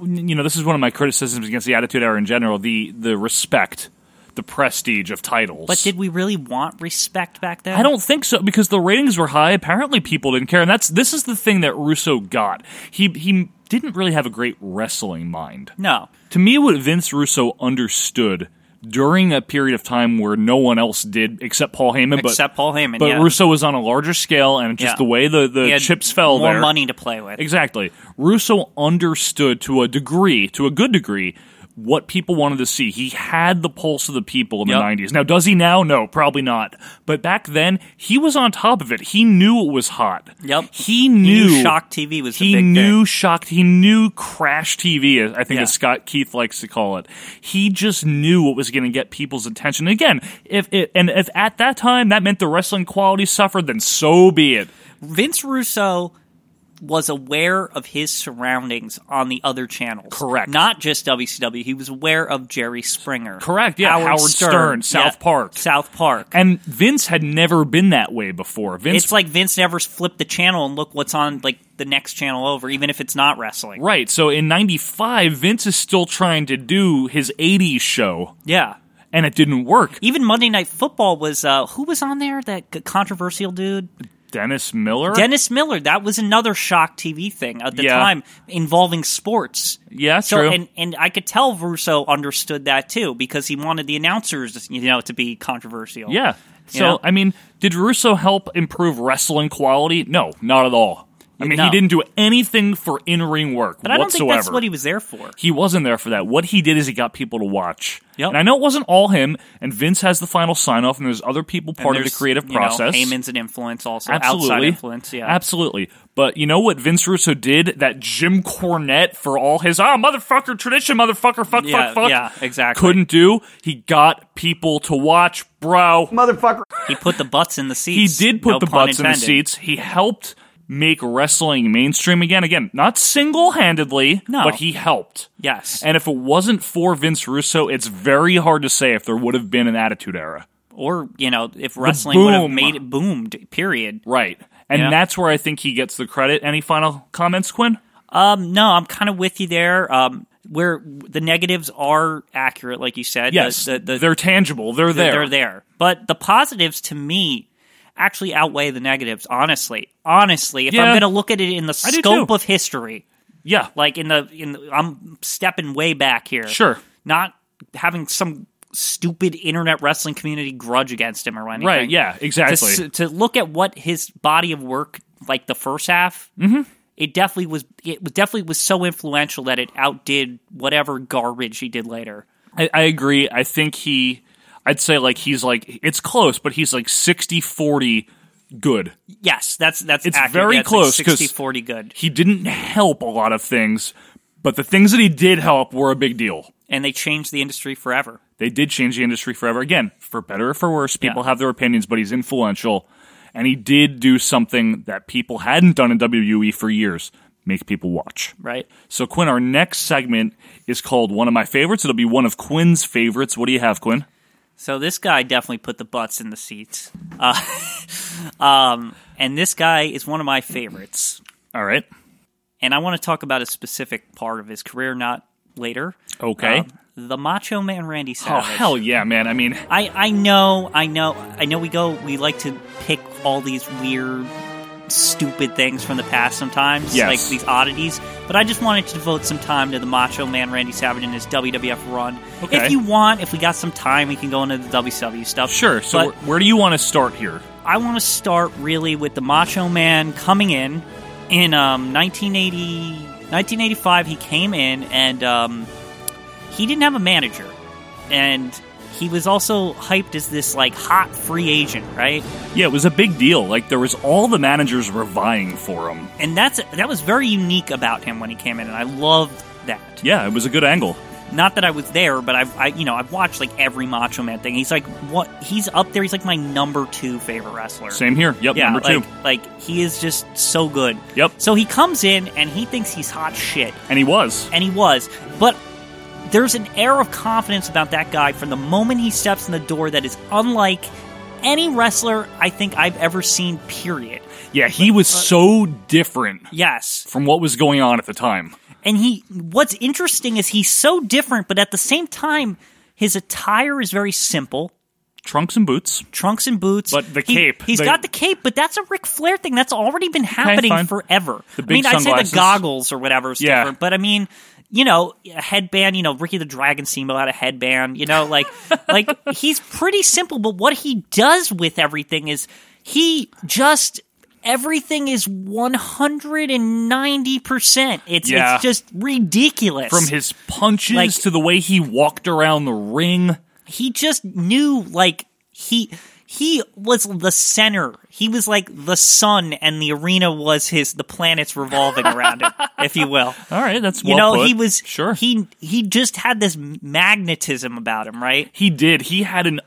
S2: n- you know, this is one of my criticisms against the Attitude Era in general the the respect, the prestige of titles.
S3: but did we really want respect back then?
S2: I don't think so because the ratings were high. Apparently, people didn't care, and that's this is the thing that Russo got. He he didn't really have a great wrestling mind.
S3: No.
S2: To me, what Vince Russo understood during a period of time where no one else did except Paul Heyman, but
S3: Except Paul Heyman.
S2: but
S3: yeah.
S2: Russo was on a larger scale, and just
S3: Yeah.
S2: the way the,
S3: He
S2: the
S3: had
S2: chips fell
S3: more
S2: there.
S3: money to play with.
S2: Exactly. Russo understood to a degree, to a good degree, what people wanted to see. He had the pulse of the people in
S3: Yep.
S2: the 90s. Now, does he now? No, probably not. But back then, he was on top of it. He knew it was hot.
S3: Yep.
S2: He knew.
S3: shock TV was the
S2: He
S3: big
S2: knew
S3: thing.
S2: shocked. He knew crash TV, I think,
S3: Yeah.
S2: as Scott Keith likes to call it. He just knew what was going to get people's attention. Again, if it, and if at that time that meant the wrestling quality suffered, then so be it.
S3: Vince Russo was aware of his surroundings on the other channels.
S2: Correct.
S3: Not just WCW. He was aware of Jerry Springer.
S2: Correct, yeah, Howard Stern, South Park.
S3: South Park.
S2: And Vince had never been that way before. Vince
S3: it's like Vince never flipped the channel and look what's on like the next channel over, even if it's not wrestling.
S2: Right. So in 95, Vince is still trying to do his 80s show,
S3: Yeah.
S2: and it didn't work.
S3: Even Monday Night Football was uh, who was on there? That g- controversial dude,
S2: Dennis Miller?
S3: Dennis Miller. That was another shock TV thing at the
S2: Yeah.
S3: time involving sports.
S2: Yeah,
S3: so
S2: true.
S3: and and I could tell Russo understood that too because he wanted the announcers, you know, to be controversial.
S2: yeah. So,
S3: Yeah.
S2: I mean, did Russo help improve wrestling quality? No, not at all. I mean,
S3: No.
S2: he didn't do anything for in ring work
S3: But I don't
S2: whatsoever.
S3: think that's what he was there for.
S2: He wasn't there for that. What he did is he got people to watch. And I know it wasn't all him, and Vince has the final sign off, and there's other people
S3: And
S2: part of the
S3: there's,
S2: creative
S3: you know,
S2: process.
S3: Heyman's an influence also. Outside
S2: Absolutely.
S3: influence, yeah.
S2: Absolutely. But you know what Vince Russo did? That Jim Cornette for all his ah motherfucker tradition, motherfucker, fuck,
S3: Yeah,
S2: fuck, fuck.
S3: yeah, exactly.
S2: Couldn't do. He got people to watch, bro. Motherfucker.
S3: He put the butts in the
S2: He
S3: seats.
S2: did put
S3: No
S2: the
S3: pun
S2: butts in
S3: intended.
S2: the seats. He helped make wrestling mainstream again. Again, not single handedly,
S3: No.
S2: but he helped.
S3: Yes.
S2: And if it wasn't for Vince Russo, it's very hard to say if there would have been an attitude era.
S3: Or, you know, if wrestling would have
S2: boom.
S3: made it boomed, period.
S2: Right. And
S3: Yeah.
S2: that's where I think he gets the credit. Any final comments, Quinn?
S3: Um, no, I'm kind of with you there. Um, where the negatives are accurate, like you said. The-
S2: Yes,
S3: the- the-
S2: they're tangible. They're
S3: the-
S2: there.
S3: They're there. But the positives to me actually outweigh the negatives, honestly. Honestly, if
S2: Yeah.
S3: I'm going to look at it in the
S2: I do
S3: scope
S2: too.
S3: of history.
S2: Yeah.
S3: Like in the in the, I'm stepping way back here.
S2: Sure.
S3: Not having some stupid internet wrestling community grudge against him or anything.
S2: Right, yeah,
S3: To s-
S2: exactly.
S3: To, look at what his body of work like the first half
S2: Mhm.
S3: it definitely was it was definitely was so influential that it outdid whatever garbage he did later.
S2: I, I agree. I think he, I'd say like he's like, it's close, but he's like 60 40 good.
S3: Yes, that's that's
S2: It's
S3: accurate.
S2: very
S3: Yeah, it's
S2: close
S3: Like
S2: 'cause-
S3: 60 40 good.
S2: He didn't help a lot of things, but the things that he did help were a big deal.
S3: And they changed the industry forever.
S2: They did change the industry forever. Again, for better or for worse, people have their opinions, but he's influential. And he did do something that people hadn't done in WWE for years make people watch.
S3: Right.
S2: So, Quinn, our next segment is called One of My Favorites. It'll be one of Quinn's favorites. What do you have, Quinn?
S3: So this guy definitely put the butts in the seats. Uh, um, and this guy is one of my favorites.
S2: All right.
S3: And I want to talk about a specific part of his career, not later.
S2: Okay.
S3: Um, the Macho Man Randy
S2: Oh,
S3: Savage.
S2: hell yeah, man. I mean,
S3: I, I know, I know, I know we go, we like to pick all these weird, stupid things from the past sometimes,
S2: Yes.
S3: like these oddities, but I just wanted to devote some time to the Macho Man Randy Savage and his WWF run.
S2: Okay.
S3: If you want, if we got some time, we can go into the WCW stuff.
S2: sure. So,
S3: But-
S2: where, where do you want to start here?
S3: I want to start really with the Macho Man coming in in um, 1980, 1985. He came in and um, he didn't have a manager, and he was also hyped as this like hot free agent, right?
S2: Yeah, it was a big deal. Like, there was all the managers were vying for him.
S3: And that's that was very unique about him when he came in, and I loved that.
S2: Yeah, it was a good angle.
S3: not that I was there, but I've I, you know I've watched like every Macho Man thing. He's like what he's up there. He's like my number two favorite wrestler.
S2: Same here. Yep,
S3: yeah,
S2: number two.
S3: Like, like he is just so good.
S2: Yep.
S3: So he comes in and he thinks he's hot shit,
S2: And he was.
S3: and he was. But there's an air of confidence about that guy from the moment he steps in the door that is unlike any wrestler I think I've ever seen. Period.
S2: Yeah, he was so different
S3: Yes.
S2: from what was going on at the time.
S3: and he what's interesting is he's so different but at the same time his attire is very simple
S2: Trunks and boots.
S3: trunks and boots
S2: But the
S3: he,
S2: cape,
S3: has
S2: the-
S3: got the cape but that's a Ric flair thing that's already been happening
S2: fine.
S3: forever
S2: The
S3: i mean
S2: big
S3: i say
S2: sunglasses.
S3: the goggles or whatever is
S2: Yeah.
S3: different but i mean you know a headband you know ricky the dragon steamboat had a headband you know like like he's pretty simple but what he does with everything is he just Everything is one hundred and ninety percent. It's
S2: Yeah.
S3: it's just ridiculous.
S2: From his punches
S3: Like-
S2: to the way he walked around the ring.
S3: he just knew like he he was the center he was like the sun and the arena was his the planets revolving around him if you will
S2: All right, that's
S3: you
S2: well
S3: know
S2: put.
S3: he was sure he he just had this magnetism about him right
S2: He did. He had an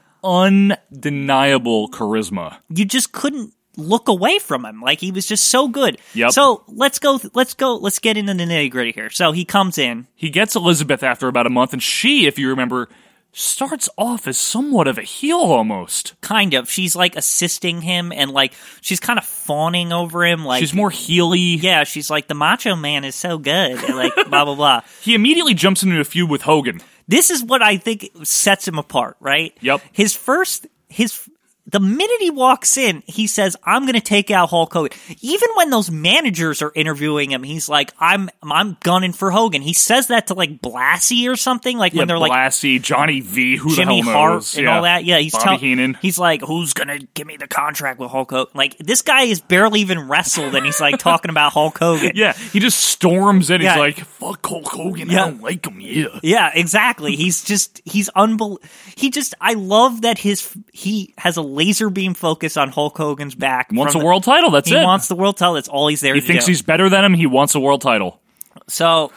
S2: undeniable charisma.
S3: you just couldn't look away from him like he was just so good
S2: Yep.
S3: so let's go let's go let's get into the nitty gritty here so he comes in
S2: He gets Elizabeth after about a month, and she, if you remember, starts off as somewhat of a heel almost.
S3: kind of she's like assisting him and like she's kind of fawning over him like
S2: She's more heely.
S3: yeah she's like the macho man is so good and, like blah blah blah
S2: He immediately jumps into a feud with Hogan.
S3: this is what I think sets him apart, right?
S2: Yep.
S3: His first his The minute he walks in, he says, "I'm going to take out Hulk Hogan." Even when those managers are interviewing him, he's like, "I'm I'm gunning for Hogan." He says that to like Blassie or something. Like
S2: yeah,
S3: when they're like
S2: Blassie, Johnny V, who
S3: Jimmy
S2: the hell
S3: Hart
S2: knows?
S3: and all that. Yeah, he's
S2: Bobby
S3: tell-
S2: Heenan.
S3: He's like, who's gonna give me the contract with Hulk Hogan? Like this guy is barely even wrestled, and he's like talking about Hulk Hogan.
S2: Yeah, he just storms in.
S3: Yeah.
S2: He's like, "Fuck Hulk Hogan,
S3: Yeah.
S2: I don't like him." Yeah,
S3: Yeah, exactly. He's just he's unbel. He just I love that his he has a laser beam focus on Hulk Hogan's back.
S2: wants a
S3: from the-
S2: world title. That's
S3: he
S2: it.
S3: wants the world title. That's all he's there
S2: he
S3: to
S2: thinks
S3: do.
S2: he's better than him. He wants a world title.
S3: So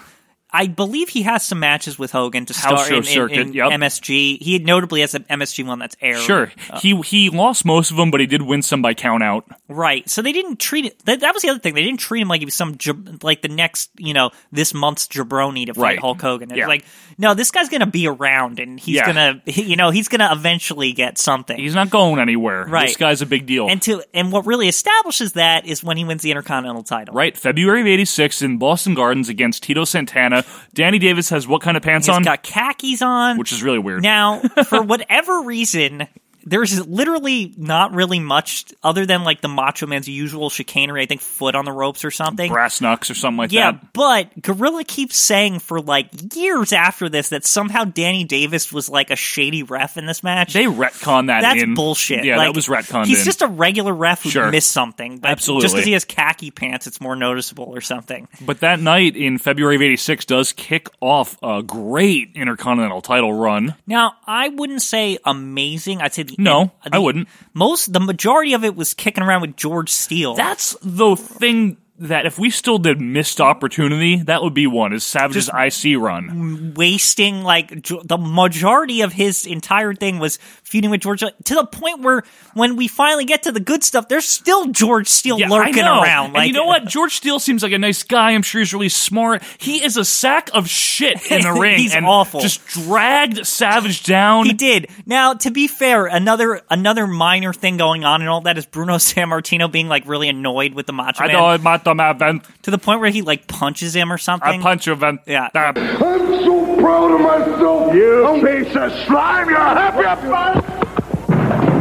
S3: I believe he has some matches with Hogan to start
S2: House show
S3: in, in-
S2: circuit,
S3: in
S2: yep.
S3: MSG. He notably has an MSG one that's aired.
S2: Sure,
S3: Uh,
S2: he he lost most of them, but he did win some by count out.
S3: Right. So they didn't treat it. That, that was the other thing. They didn't treat him like he was some jab, like the next, you know, this month's jabroni to fight
S2: Right.
S3: Hulk Hogan. It's
S2: Yeah.
S3: like, no, this guy's going to be around and he's
S2: Yeah.
S3: going to, you know, he's going to eventually get something.
S2: He's not going anywhere.
S3: Right.
S2: this guy's a big deal.
S3: and to and what really establishes that is when he wins the Intercontinental title.
S2: Right, February of '86 in Boston Gardens against Tito Santana. Danny Davis has what kind of pants
S3: He's
S2: on?
S3: got khakis on.
S2: Which is really weird.
S3: Now, for whatever reason, there's literally not really much other than like the Macho Man's usual chicanery. I think foot on the ropes or something.
S2: brass knucks or something like
S3: yeah,
S2: that.
S3: but Gorilla keeps saying for like years after this that somehow Danny Davis was like a shady ref in this match.
S2: They retcon that.
S3: That's
S2: in.
S3: bullshit.
S2: Yeah,
S3: like,
S2: that was retconned.
S3: He's
S2: in.
S3: just a regular ref who
S2: Sure.
S3: missed something. But Just
S2: Absolutely.
S3: because he has khaki pants, it's more noticeable or something.
S2: But that night in February of '86 does kick off a great Intercontinental title run.
S3: Now, I wouldn't say amazing. I'd say the
S2: No,
S3: the-
S2: I wouldn't.
S3: Most, the majority of it was kicking around with George Steele.
S2: That's the thing that if we still did missed opportunity, that would be one is Savage's IC run.
S3: wasting like jo- the majority of his entire thing was feuding with George to the point where when we finally get to the good stuff, there's still George Steele
S2: Yeah,
S3: lurking
S2: I know.
S3: around. Like
S2: and you know what? George Steele seems like a nice guy. I'm sure he's really smart. He is a sack of shit in the ring.
S3: He's
S2: and
S3: awful.
S2: Just dragged Savage down.
S3: He did. Now, to be fair, another another minor thing going on and all that is Bruno Sammartino being like really annoyed with the Macho
S2: I
S3: Man
S2: know I might have my event.
S3: to the point where he like punches him or something.
S2: I punch your event.
S3: Yeah.
S1: I'm so proud of myself. You piece of slime. You're happy about it.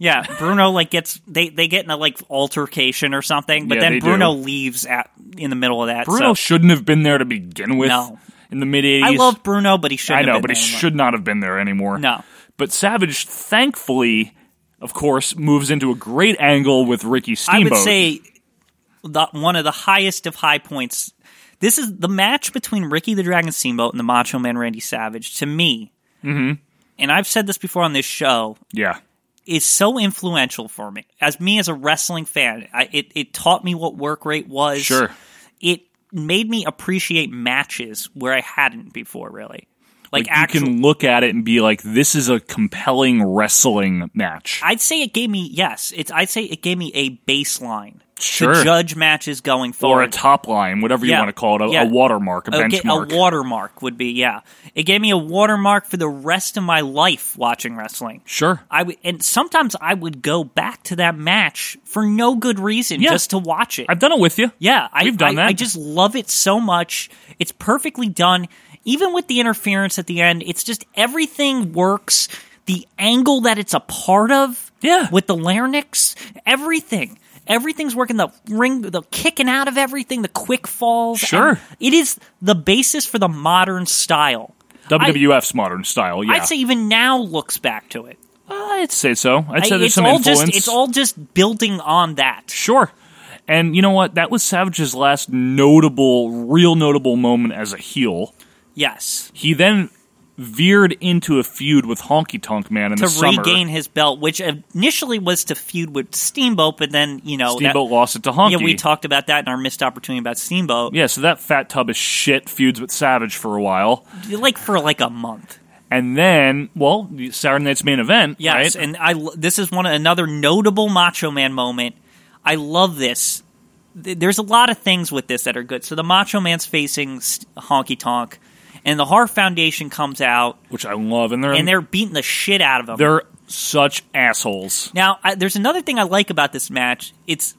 S3: Yeah, Bruno like gets they they get in a like altercation or something, but
S2: Yeah,
S3: then
S2: they do.
S3: Bruno leaves at in the middle of that.
S2: Bruno
S3: so.
S2: shouldn't have been there to begin with.
S3: No.
S2: In the mid '80s,
S3: I love Bruno, but he shouldn't.
S2: I know,
S3: have been
S2: but he
S3: there anymore.
S2: should not have been there anymore.
S3: No.
S2: But Savage, thankfully, of course, moves into a great angle with Ricky Steamboat.
S3: I would say the, one of the highest of high points. This is the match between Ricky the Dragon Steamboat and the Macho Man Randy Savage. To me,
S2: Mhm.
S3: and I've said this before on this show,
S2: Yeah.
S3: is so influential for me as me as a wrestling fan. I, it it taught me what work rate was.
S2: Sure.
S3: it made me appreciate matches where I hadn't before. Really,
S2: Like,
S3: like,
S2: you
S3: actual.
S2: can look at it and be like, this is a compelling wrestling match.
S3: I'd say it gave me yes. It's I'd say it gave me a baseline to
S2: Sure.
S3: judge matches going
S2: Or
S3: forward.
S2: a top line, whatever you
S3: Yeah.
S2: want to call it, a,
S3: Yeah.
S2: a watermark, a
S3: Okay,
S2: benchmark.
S3: A watermark would be yeah. It gave me a watermark for the rest of my life watching wrestling.
S2: sure.
S3: I would, and sometimes I would go back to that match for no good reason,
S2: Yeah.
S3: just to watch it.
S2: I've done it with you.
S3: yeah, I,
S2: We've done
S3: I-
S2: that.
S3: I just love it so much. It's perfectly done, even with the interference at the end. It's just everything works. The angle that it's a part of,
S2: yeah,
S3: with the larynx, everything. Everything's working. The ring, the kicking out of everything, the quick falls.
S2: Sure.
S3: And it is the basis for the modern style.
S2: WWF's modern style, yeah. Uh,
S3: I'd say even now looks back to it.
S2: I'd say so. I'd
S3: I-
S2: say there's
S3: it's
S2: some
S3: all
S2: influence.
S3: Just, it's all just building on that.
S2: Sure. And you know what? That was Savage's last notable, real notable moment as a heel.
S3: Yes.
S2: He then veered into a feud with Honky Tonk Man in
S3: To
S2: the summer.
S3: regain his belt, which initially was to feud with Steamboat, but then, you know. that-
S2: Steamboat lost it to Honky.
S3: Yeah, we talked about that in our missed opportunity about Steamboat.
S2: Yeah, so that fat tub of shit feuds with Savage for a while.
S3: Like for like a month.
S2: And then, well, the Saturday night's main event,
S3: Yes,
S2: right?
S3: and I l- this is one another notable Macho Man moment. I love this. Th- There's a lot of things with this that are good. So the Macho Man's facing S- Honky Tonk, and the Hart Foundation comes out,
S2: Which I love. And they're,
S3: and they're beating the shit out of him.
S2: they're such assholes.
S3: now, I, there's another thing I like about this match. It's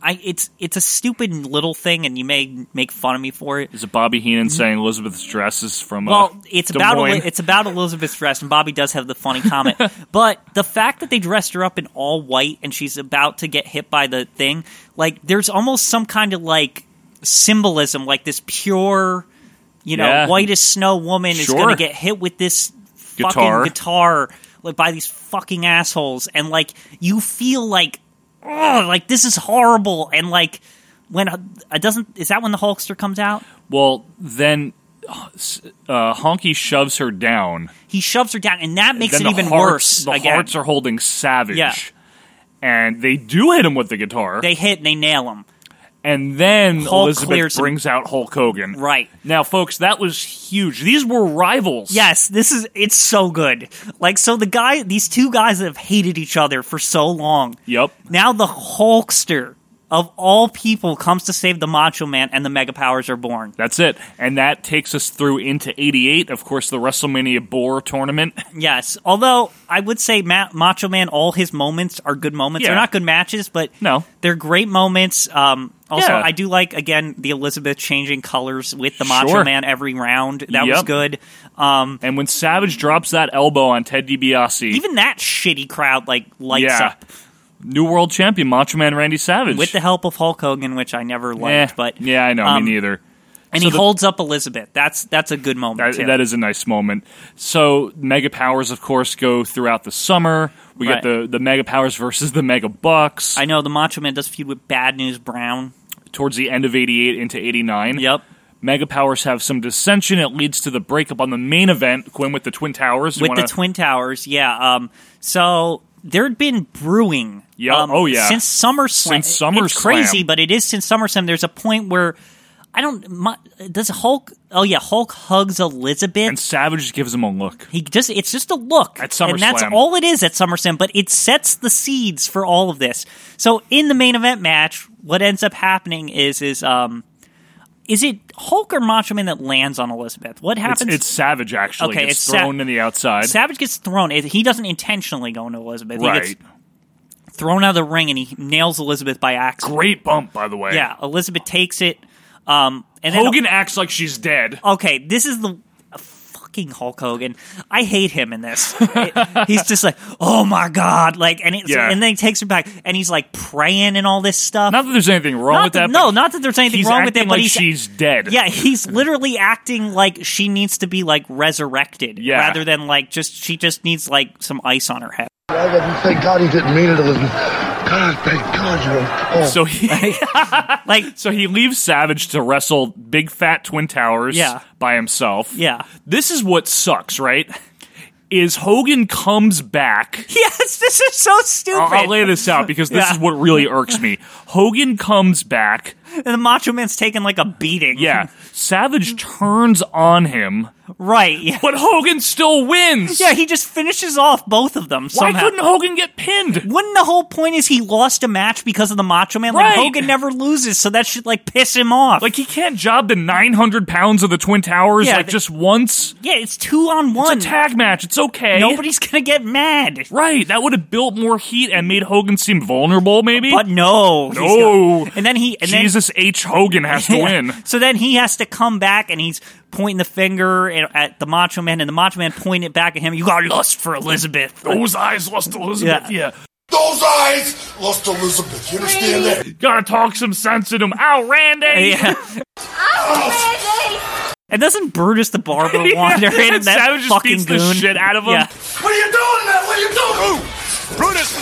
S3: I it's it's a stupid little thing, and you may make fun of me for it.
S2: Is it Bobby Heenan saying Elizabeth's dress is from? uh,
S3: Mm-hmm. Well, it's
S2: Des
S3: about
S2: Moines?
S3: Eli- it's about Elizabeth's dress, and Bobby does have the funny comment. but the fact that they dressed her up in all white and she's about to get hit by the thing, like there's almost some kind of like symbolism, like this pure, you know,
S2: Yeah.
S3: white as snow woman is
S2: Sure.
S3: going to get hit with this
S2: Guitar.
S3: fucking guitar like by these fucking assholes, and like you feel like, oh, like this is horrible, and like when it doesn't is that when the Hulkster comes out?
S2: Well, then uh, s- uh, Honky shoves her down.
S3: He shoves her down, and that makes
S2: Then
S3: it
S2: the
S3: even
S2: hearts-
S3: worse.
S2: The
S3: again.
S2: hearts are holding Savage.
S3: Yeah.
S2: And they do hit him with the guitar.
S3: They hit and they nail him.
S2: And then
S3: Hulk
S2: Elizabeth
S3: clears him.
S2: brings out Hulk Hogan.
S3: Right.
S2: Now, folks, that was huge. These were rivals.
S3: Yes, this is it's so good. Like so the guy these two guys that have hated each other for so long.
S2: Yep.
S3: Now the Hulkster of all people comes to save the Macho Man and the Mega Powers are born.
S2: That's it. And that takes us through into 88. Of course, the WrestleMania Boar tournament.
S3: Yes. Although I would say Ma- Macho Man all his moments are good moments.
S2: Yeah.
S3: They're not good matches, but
S2: No.
S3: They're great moments. Um also
S2: Yeah.
S3: I do like again the Elizabeth changing colors with the Macho
S2: Sure.
S3: Man every round. That was
S2: Yep.
S3: good. Um
S2: And when Savage drops that elbow on Ted DiBiase,
S3: even that shitty crowd like lights
S2: yeah,
S3: up.
S2: New world champion, Macho Man Randy Savage.
S3: with the help of Hulk Hogan, which I never liked,
S2: Eh,
S3: but
S2: yeah, I know,
S3: um,
S2: me neither.
S3: and
S2: So
S3: he
S2: the-
S3: holds up Elizabeth. That's that's a good moment.
S2: That,
S3: too.
S2: that is a nice moment. So mega powers, of course, go throughout the summer. We get
S3: Right.
S2: the the mega powers versus the mega bucks
S3: I know the Macho Man does feud with Bad News Brown.
S2: towards the end of '88 into '89.
S3: Yep.
S2: Mega powers have some dissension. It leads to the breakup on the main event. Quinn with the twin towers. You
S3: with
S2: wanna-
S3: the Twin Towers. Yeah. Um. So there had been brewing.
S2: Yeah,
S3: um,
S2: oh, yeah.
S3: Since SummerSlam.
S2: Since SummerSlam.
S3: It's crazy, but it is since SummerSlam. There's a point where I don't. My, does Hulk? Oh yeah, Hulk hugs Elizabeth.
S2: and Savage just gives him a look.
S3: he just it's just a look
S2: At
S3: and that's
S2: SummerSlam.
S3: all it is at SummerSlam but it sets the seeds for all of this so in the main event match what ends up happening is is um is it Hulk or Macho Man that lands on Elizabeth what
S2: It's,
S3: happens
S2: it's Savage actually.
S3: Okay,
S2: gets
S3: it's Sa-
S2: thrown in the outside.
S3: Savage gets thrown It- he doesn't intentionally go into Elizabeth
S2: right.
S3: he gets thrown out of the ring and he nails Elizabeth by accident
S2: Great bump, by the way.
S3: yeah Elizabeth takes it um and then
S2: Hogan acts like she's dead.
S3: okay, this is the fucking Hulk Hogan. I hate him in this. It- he's just like, oh my god, like, and it's,
S2: Yeah.
S3: and then he takes her back, and he's like praying and all this stuff.
S2: Not that there's anything wrong
S3: Not
S2: with
S3: that-
S2: that.
S3: no,
S2: but
S3: not that there's anything
S2: he's
S3: wrong with it,
S2: acting
S3: but
S2: like
S3: he's-
S2: she's dead.
S3: yeah, he's literally acting like she needs to be like resurrected,
S2: Yeah.
S3: rather than like just she just needs like some ice on her head.
S18: Thank God he didn't mean it, Elizabeth. God, thank God you don't.
S2: So he
S3: like
S2: so he leaves Savage to wrestle big fat twin towers
S3: Yeah.
S2: by himself.
S3: Yeah.
S2: This is what sucks, right? Is Hogan comes back.
S3: Yes, this is so stupid.
S2: I'll, I'll lay this out because this
S3: Yeah.
S2: is what really irks me. Hogan comes back.
S3: and the Macho Man's taking like a beating.
S2: Yeah. Savage turns on him,
S3: right. Yeah.
S2: but Hogan still wins.
S3: Yeah, he just finishes off both of them.
S2: Why
S3: somehow.
S2: couldn't Hogan get pinned?
S3: Wouldn't the whole point is he lost a match because of the Macho Man? Like
S2: Right.
S3: Hogan never loses, so that should like piss him off.
S2: Like he can't job the 900 pounds of the Twin Towers
S3: Yeah,
S2: like
S3: th-
S2: just once.
S3: yeah, it's two on one.
S2: It's a tag match. It's okay.
S3: Nobody's gonna get mad,
S2: Right. That would have built more heat and made Hogan seem vulnerable, maybe?
S3: but no, he's
S2: No.
S3: not. And then he and
S2: Jesus H. Hogan has to
S3: then
S2: win.
S3: So then he has to come back and he's pointing the finger at, at the Macho Man, and the Macho Man pointing it back at him. You got lust for Elizabeth.
S2: Those eyes lost Elizabeth. Yeah.
S6: Those eyes lost Elizabeth. You understand that?
S2: Gotta talk some sense into him. Ow, Randy!
S3: Yeah. And doesn't Brutus the Barber
S2: Yeah,
S3: wander in
S2: and
S3: that
S2: Savage just
S3: fucking
S2: beats the
S3: goon?
S2: shit out of him.
S3: Yeah.
S6: What are you doing, man? What are you doing? Brutus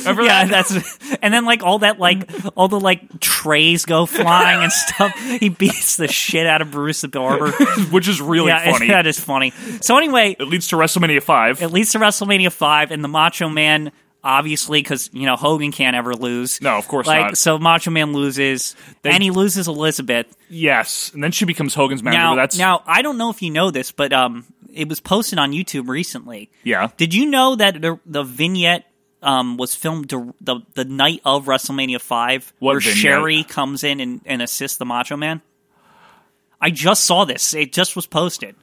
S2: Remember
S3: yeah,
S2: that?
S3: that's and then like all that like all the like trays go flying and stuff. He beats the shit out of Bruce the Barber.
S2: Which is really
S3: yeah,
S2: funny.
S3: that is funny. So anyway,
S2: It leads to WrestleMania 5.
S3: it leads to WrestleMania five and the Macho Man. Obviously, because you know Hogan can't ever lose.
S2: No, of course
S3: like,
S2: not.
S3: So Macho Man loses, and he loses Elizabeth.
S2: yes. And then she becomes Hogan's manager.
S3: now,
S2: but that's.
S3: now I don't know if you know this, but um, it was posted on YouTube recently.
S2: yeah.
S3: Did you know that the, the vignette um, was filmed dir- the the night of WrestleMania Five,
S2: What
S3: where
S2: vignette?
S3: Sherry comes in and, and assists the Macho Man? I just saw this. It just was posted.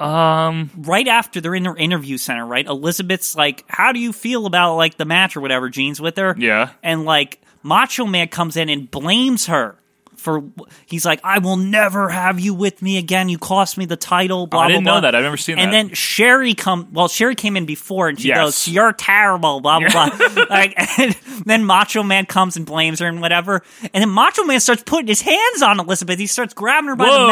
S3: Um, right after they're in their interview center, right? Elizabeth's like, "How do you feel about like the match or whatever?" Jeans with her,
S2: Yeah.
S3: and like Macho Man comes in and blames her for. He's like, "I will never have you with me again. You cost me the title." Blah.
S2: I didn't
S3: blah,
S2: know
S3: blah."
S2: that. I've never seen
S3: And
S2: that.
S3: then Sherry come. Well, Sherry came in before, and she
S2: Yes.
S3: goes, "You're terrible." Blah blah blah. like, and then Macho Man comes and blames her and whatever. And then Macho Man starts putting his hands on Elizabeth. He starts grabbing her by the
S2: Whoa.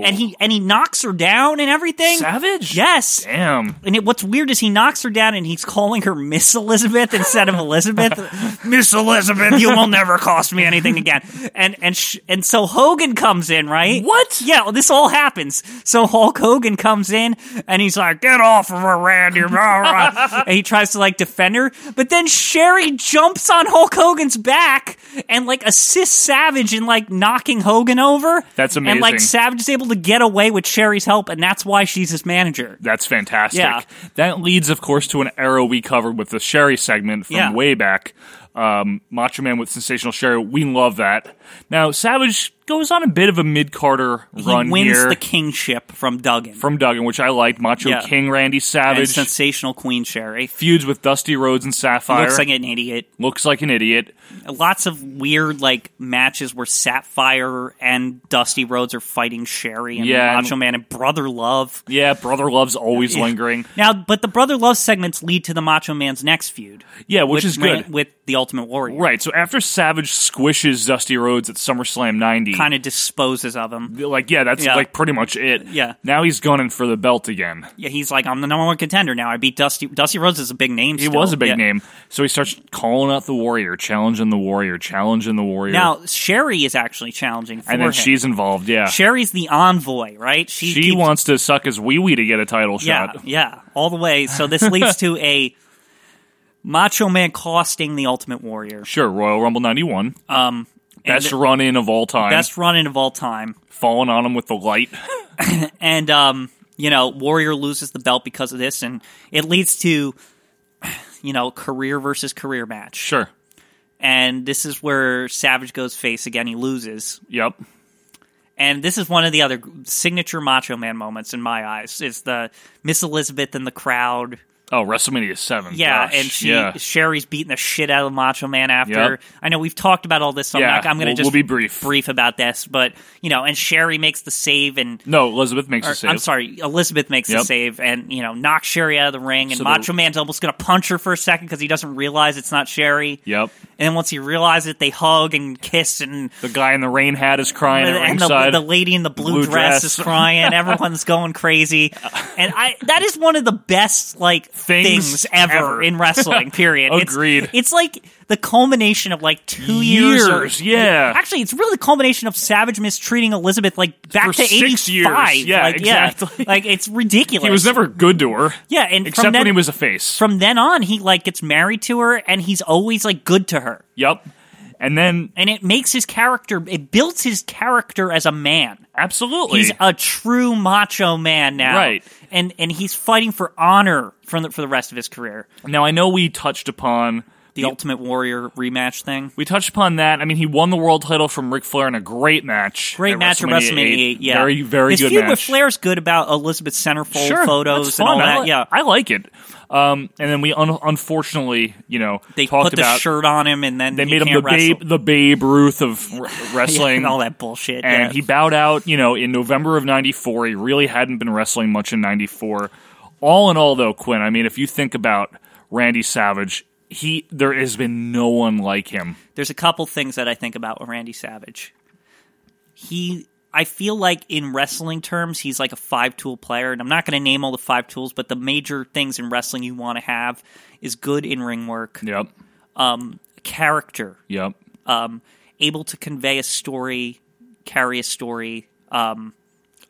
S3: mouth, and he and he knocks her down and everything. Savage. Yes.
S2: Damn.
S3: And it, what's weird is he knocks her down and he's calling her Miss Elizabeth instead of Elizabeth. Miss Elizabeth, you will never cost me anything again. And and sh- and so Hogan comes in, right? What? Yeah, well, this all happens. So Hulk Hogan comes in and he's like, "Get off of her, Randy!" rah, rah." and he tries to like defend her, but then Sherry jumps on Hulk Hogan's back and like assists Savage in like knocking Hogan over.
S2: That's
S3: And like
S2: amazing.
S3: Savage is able to get away with Sherry's help, and that's why she's his manager.
S2: That's fantastic.
S3: Yeah.
S2: That leads, of course, to an era we covered with the Sherry segment from
S3: Yeah.
S2: way back. Um, Macho Man with Sensational Sherry. We love that. Now, Savage goes on a bit of a mid Carter run
S3: he wins
S2: here.
S3: the kingship from Duggan.
S2: From Duggan, which I liked. Macho
S3: Yeah.
S2: King Randy Savage.
S3: And sensational Queen Sherry.
S2: Feuds with Dusty Rhodes and Sapphire.
S3: Looks like an idiot.
S2: Looks like an idiot.
S3: Lots of weird like matches where Sapphire and Dusty Rhodes are fighting Sherry and
S2: Yeah, and-
S3: Macho Man and Brother Love.
S2: Yeah, Brother Love's always lingering.
S3: Now, but the Brother Love segments lead to the Macho Man's next feud.
S2: Yeah, which
S3: with
S2: is good.
S3: Ran- with the Ultimate Warrior.
S2: Right. So after Savage squishes Dusty Rhodes at SummerSlam 90,
S3: Kind of disposes of him.
S2: like, yeah, that's
S3: Yeah.
S2: like pretty much it.
S3: Yeah.
S2: Now he's gunning for the belt again.
S3: Yeah, he's like, I'm the number one contender now. I beat Dusty. Dusty Rhodes is a big name.
S2: He was a big name. So he starts calling out the warrior, challenging the warrior, challenging the warrior.
S3: Now Sherry is actually challenging, for
S2: and then
S3: him.
S2: she's involved, yeah.
S3: Sherry's the envoy, right?
S2: she
S3: keeps-
S2: wants to suck his wee wee to get a title
S3: yeah,
S2: shot.
S3: yeah, all the way. So this leads to a Macho Man costing the Ultimate Warrior.
S2: Sure, Royal Rumble 91.
S3: Um, and
S2: Best run in of all time.
S3: best run in of all time.
S2: Falling on him with the light.
S3: and um, you know, Warrior loses the belt because of this, and it leads to you know career versus career match.
S2: Sure.
S3: And this is where Savage goes face again. He loses.
S2: Yep.
S3: And this is one of the other signature Macho Man moments in my eyes. Is the Miss Elizabeth and the crowd
S2: Oh, WrestleMania 7.
S3: Yeah,
S2: Gosh,
S3: and she
S2: yeah.
S3: Sherry's beating the shit out of Macho Man after.
S2: Yep.
S3: I know we've talked about all this, so
S2: Yeah,
S3: I'm, not, I'm gonna
S2: we'll-
S3: just
S2: we'll be brief.
S3: about this, but you know, and Sherry makes the save and
S2: No, Elizabeth makes
S3: or,
S2: a save.
S3: I'm sorry, Elizabeth makes
S2: Yep.
S3: the save and you know knocks Sherry out of the ring, and
S2: So the-
S3: Macho Man's almost gonna punch her for a second because he doesn't realize it's not Sherry.
S2: Yep.
S3: And then once he realizes it, they hug and kiss, and
S2: The guy in the rain hat is crying at
S3: and the,
S2: ringside.
S3: the lady in the blue,
S2: Blue
S3: dress,
S2: dress.
S3: is crying. Everyone's going crazy, and I that is one of the best like things, ever,
S2: ever.
S3: in wrestling. Period. It's-
S2: Agreed.
S3: It's, like the culmination of like two years. or-
S2: Years, yeah.
S3: Actually, it's really the culmination of Savage mistreating Elizabeth like back
S2: For
S3: to eighty
S2: six years.
S3: five.
S2: Yeah,
S3: like,
S2: exactly.
S3: Yeah, like it's ridiculous.
S2: he was never good to her.
S3: Yeah, and
S2: Except
S3: from then,
S2: when he was a face.
S3: From then on, he like gets married to her, and he's always like good to her.
S2: Yep. And then
S3: and it makes his character it builds his character as a man
S2: absolutely
S3: he's a true macho man now
S2: Right.
S3: and and he's fighting for honor from the, for the rest of his career
S2: Now I know we touched upon
S3: the ultimate warrior rematch thing
S2: We touched upon that. I mean, he won the world title from Ric Flair in a great match.
S3: Great
S2: at
S3: match at WrestleMania 8, yeah.
S2: Very, very
S3: His
S2: good
S3: feud
S2: match.
S3: with Flair's good about Elizabeth's centerfold
S2: Sure,
S3: photos
S2: that's
S3: and all
S2: fun. I
S3: that.
S2: li-
S3: yeah,
S2: I like it. Um, and then we un- unfortunately, you know,
S3: they
S2: talked
S3: put the
S2: about
S3: shirt on him, and then
S2: they
S3: he
S2: made him
S3: can't
S2: the
S3: wrestle.
S2: babe, the Babe Ruth of r- wrestling,
S3: and all that bullshit.
S2: And
S3: yeah.
S2: he bowed out. You know, in November of '94, he really hadn't been wrestling much in '94. All in all, though, Quinn. I mean, if you think about Randy Savage, he there has been no one like him.
S3: there's a couple things that I think about with Randy Savage. He, I feel like in wrestling terms, he's like a five tool player, and I'm not going to name all the five tools, but the major things in wrestling you want to have is good in ring work.
S2: Yep.
S3: Um, character.
S2: Yep.
S3: Um, able to convey a story, carry a story. Um,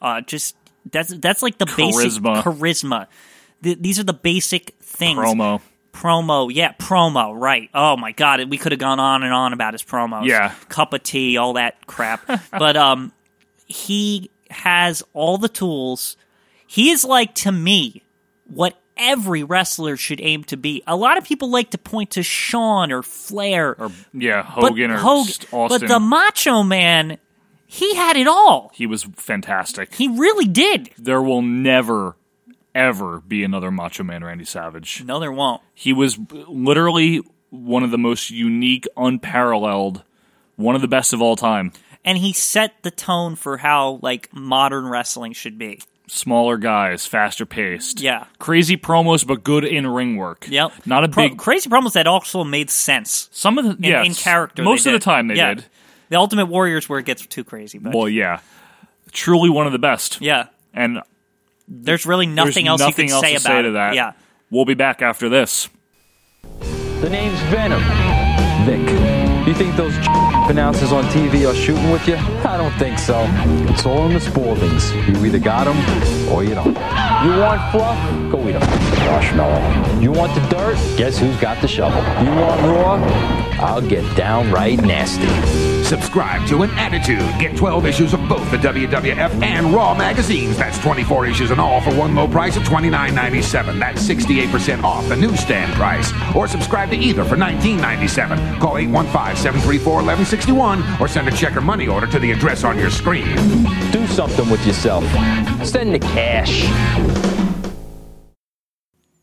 S3: uh, just that's that's like the basic
S2: Charisma.
S3: charisma. Th- these are the basic things
S2: Promo.
S3: promo. Yeah, promo. Right. Oh my god, we could have gone on and on about his promos.
S2: Yeah.
S3: cup of tea, all that crap. but um, he has all the tools. He is like to me what every wrestler should aim to be. A lot of people like to point to Sean or Flair or
S2: Yeah, Hogan or St- Austin.
S3: But the Macho Man, he had it all.
S2: He was fantastic.
S3: He really did.
S2: There will never, ever be another Macho Man Randy Savage.
S3: No, there won't.
S2: He was literally one of the most unique, unparalleled, one of the best of all time.
S3: And he set the tone for how like modern wrestling should be.
S2: Smaller guys, faster paced.
S3: Yeah.
S2: Crazy promos, but good in ring work.
S3: Yep.
S2: Not a
S3: Pro-
S2: big.
S3: crazy promos that also made sense.
S2: Some of the
S3: in,
S2: yes.
S3: in character.
S2: Most
S3: they
S2: of the
S3: did.
S2: time they
S3: Yeah.
S2: did.
S3: The Ultimate Warriors where it gets too crazy, but
S2: Well, yeah. Truly one of the best.
S3: yeah,
S2: And
S3: there's really nothing else
S2: nothing
S3: you can
S2: else
S3: say
S2: to
S3: about
S2: say to
S3: it.
S2: that.
S3: Yeah,
S2: We'll be back after this.
S19: The name's Venom. Vic. You think those announcers on TV are shooting with you? I don't think so. It's all in the Spaldings. You either got 'em or you don't. You want fluff? Go eat 'em. Marshmallow. You want the dirt? Guess who's got the shovel? You want raw? I'll get downright nasty.
S20: Subscribe to an Attitude. Get 12 issues of both the WWF and Raw magazines. That's 24 issues in all for one low price of $29.97. That's 68% off the newsstand price. Or subscribe to either for $19.97. Call 815-734-1161 or send a check or money order to the address on your screen.
S19: Do something with yourself. Send the cash.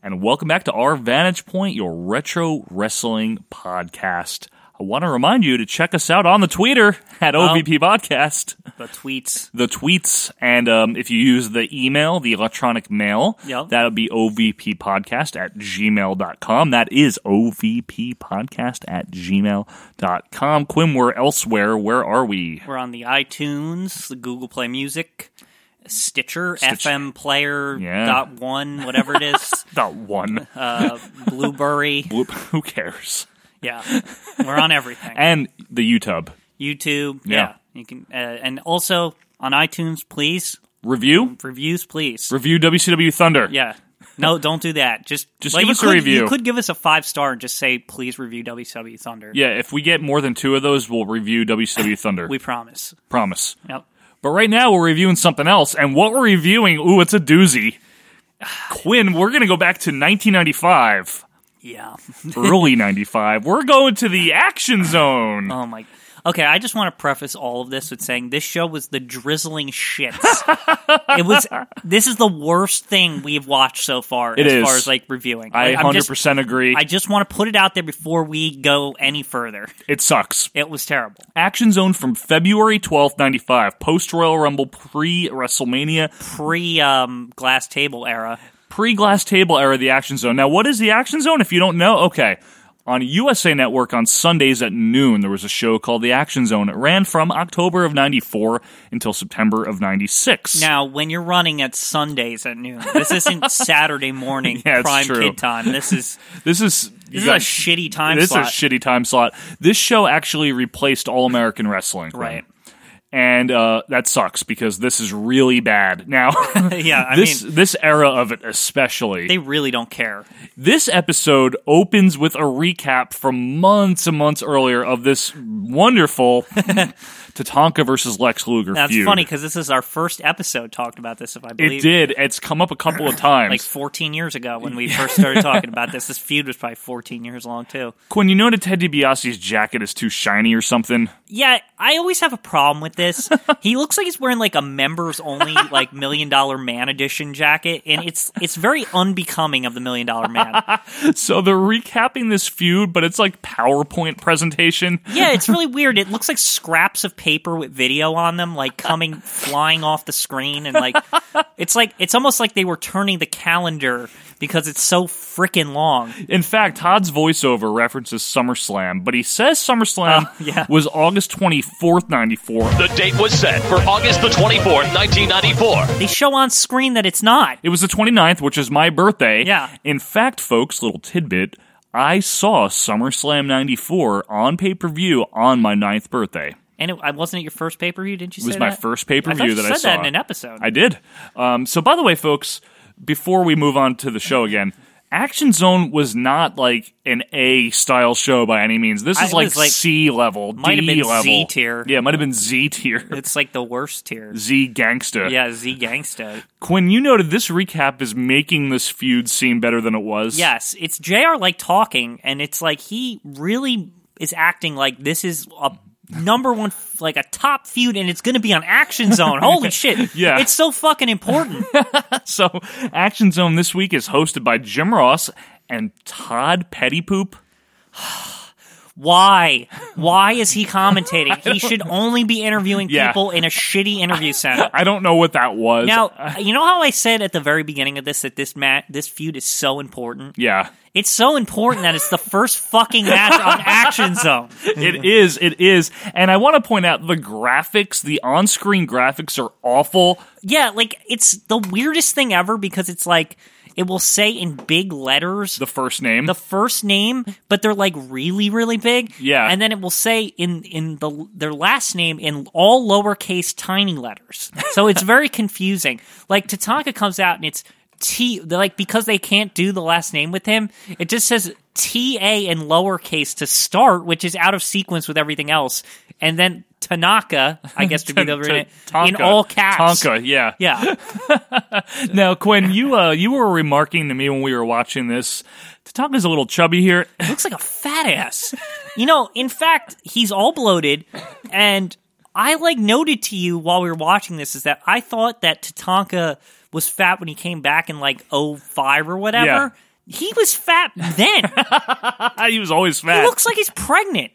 S2: And welcome back to Our Vantage Point, your retro wrestling podcast. I want to remind you to check us out on the Twitter at
S3: Well-
S2: OVP Podcast,
S3: the tweets.
S2: the tweets, and um, if you use the email, the electronic mail,
S3: Yep.
S2: that'll be OVP Podcast at gmail.com. That is OVP Podcast at gmail.com. Quim, we're elsewhere. Where are we?
S3: We're on the iTunes, the Google Play Music, Stitcher,
S2: Stitcher.
S3: FM Player
S2: Yeah.
S3: dot one, whatever it is.
S2: Not one.
S3: uh, Blueberry.
S2: Bloop. Who cares?
S3: Yeah, we're on everything.
S2: And the UTub.
S3: YouTube. Yeah,
S2: Yeah.
S3: you can, uh, and also on iTunes, please
S2: Review?
S3: reviews, please.
S2: Review WCW Thunder.
S3: Yeah. No, don't do that. Just
S2: Just
S3: well,
S2: give
S3: you
S2: us a
S3: could,
S2: review.
S3: You could give us a five star and just say, please review WCW Thunder.
S2: Yeah, if we get more than two of those, we'll review WCW Thunder.
S3: we promise.
S2: promise.
S3: Yep.
S2: But right now, we're reviewing something else, and what we're reviewing, ooh, it's a doozy. Quinn, we're going to go back to 1995,
S3: Yeah.
S2: early 95. We're going to the action zone.
S3: Oh my. Okay, I just want to preface all of this with saying this show was the drizzling shits. it was. This is the worst thing we've watched so far,
S2: It
S3: as
S2: is.
S3: far as like reviewing.
S2: I
S3: Like, I'm just-
S2: 100% agree.
S3: I just want to put it out there before we go any further.
S2: it sucks.
S3: It was terrible.
S2: Action Zone from February 12th, 95, post Royal Rumble, pre WrestleMania,
S3: Pre um, glass table era.
S2: pre glass table era, the Action Zone. Now, what is the Action Zone? If you don't know, okay. On USA Network on Sundays at noon, there was a show called The Action Zone. It ran from October of 94 until September of 96.
S3: Now, when you're running at Sundays at noon, this isn't Saturday morning
S2: Yeah, it's
S3: prime
S2: true.
S3: kid time. This is
S2: This is
S3: This is
S2: you
S3: a shitty time
S2: This
S3: slot.
S2: is a shitty time slot. This show actually replaced All American Wrestling,
S3: Right.
S2: And uh, that sucks because this is really bad. Now,
S3: yeah. I
S2: this
S3: mean,
S2: this era of it, especially
S3: they really don't care.
S2: this episode opens with a recap from months and months earlier of this wonderful Tatanka versus Lex Luger
S3: That's
S2: feud.
S3: funny because this is our first episode talked about this. If I believe
S2: It did. It's come up a couple of times.
S3: like 14 years ago when we first started talking about this. This feud was probably 14 years long too.
S2: Quinn, you know that Ted DiBiase's jacket is too shiny or something.
S3: Yeah, I always have a problem with this. he looks like he's wearing like a members only like million dollar man edition jacket, and it's it's very unbecoming of the million dollar man.
S2: So they're recapping this feud, but it's like PowerPoint presentation.
S3: Yeah, it's really weird. It looks like scraps of paper with video on them, like coming flying off the screen, and like it's like it's almost like they were turning the calendar because it's so freaking long.
S2: In fact, Todd's voiceover references SummerSlam, but he says SummerSlam
S3: Oh, yeah.
S2: was August 24th, 94.
S21: The date was set for August the 24th, 1994.
S3: They show on screen that it's not.
S2: It was the 29th, which is my birthday.
S3: Yeah.
S2: In fact, folks, little tidbit, I saw SummerSlam 94 on pay per view on my ninth birthday.
S3: And it, I wasn't it your first pay per view? Didn't you?
S2: It was
S3: say
S2: my
S3: that?
S2: first pay per view
S3: I thought
S2: that
S3: you
S2: I
S3: said
S2: saw.
S3: that in an episode.
S2: I did. Um, so, by the way, folks, before we move on to the show again, Action Zone was not like an A style show by any means. This
S3: I-
S2: is
S3: it
S2: like,
S3: was like-
S2: C level, D
S3: might have been
S2: level,
S3: Z tier.
S2: Yeah, it might have been Z tier,
S3: It's like the worst tier.
S2: Z gangsta.
S3: Yeah, Z Gangsta.
S2: Quinn, you noted this recap is making this feud seem better than it was.
S3: Yes, it's JR like talking, and it's like he really is acting like this is a number one, like a top feud, and it's going to be on Action Zone. Holy shit.
S2: Yeah.
S3: It's so fucking important.
S2: So, Action Zone this week is hosted by Jim Ross and Todd Pettypoop.
S3: Why? Why is he commentating? He should only be interviewing
S2: Yeah.
S3: people in a shitty interview center.
S2: I don't know what that was.
S3: Now, you know how I said at the very beginning of this that this mat this feud is so important?
S2: yeah.
S3: It's so important that it's the first fucking match on Action Zone.
S2: it is. It is. And I want to point out the graphics, the on screen graphics are awful.
S3: Yeah, like it's the weirdest thing ever because it's like it will say in big letters
S2: the first name,
S3: the first name, but they're like really, really big.
S2: Yeah.
S3: and then it will say in in the their last name in all lowercase tiny letters. So it's very confusing. Like Tatanka comes out and it's T. they're Like because they can't do the last name with him, it just says T A in lowercase to start, which is out of sequence with everything else, and then. Tanaka, I guess to be the
S2: Ta-
S3: right in all caps.
S2: Tonka, yeah.
S3: Yeah.
S2: Now, Quinn, you uh, you were remarking to me when we were watching this. Tatanka's a little chubby here.
S3: looks like a fat ass. You know, in fact, he's all bloated, and I like noted to you while we were watching this is that I thought that Tatanka was fat when he came back in like 05 or whatever. He was fat then.
S2: he was always fat.
S3: He looks like he's pregnant.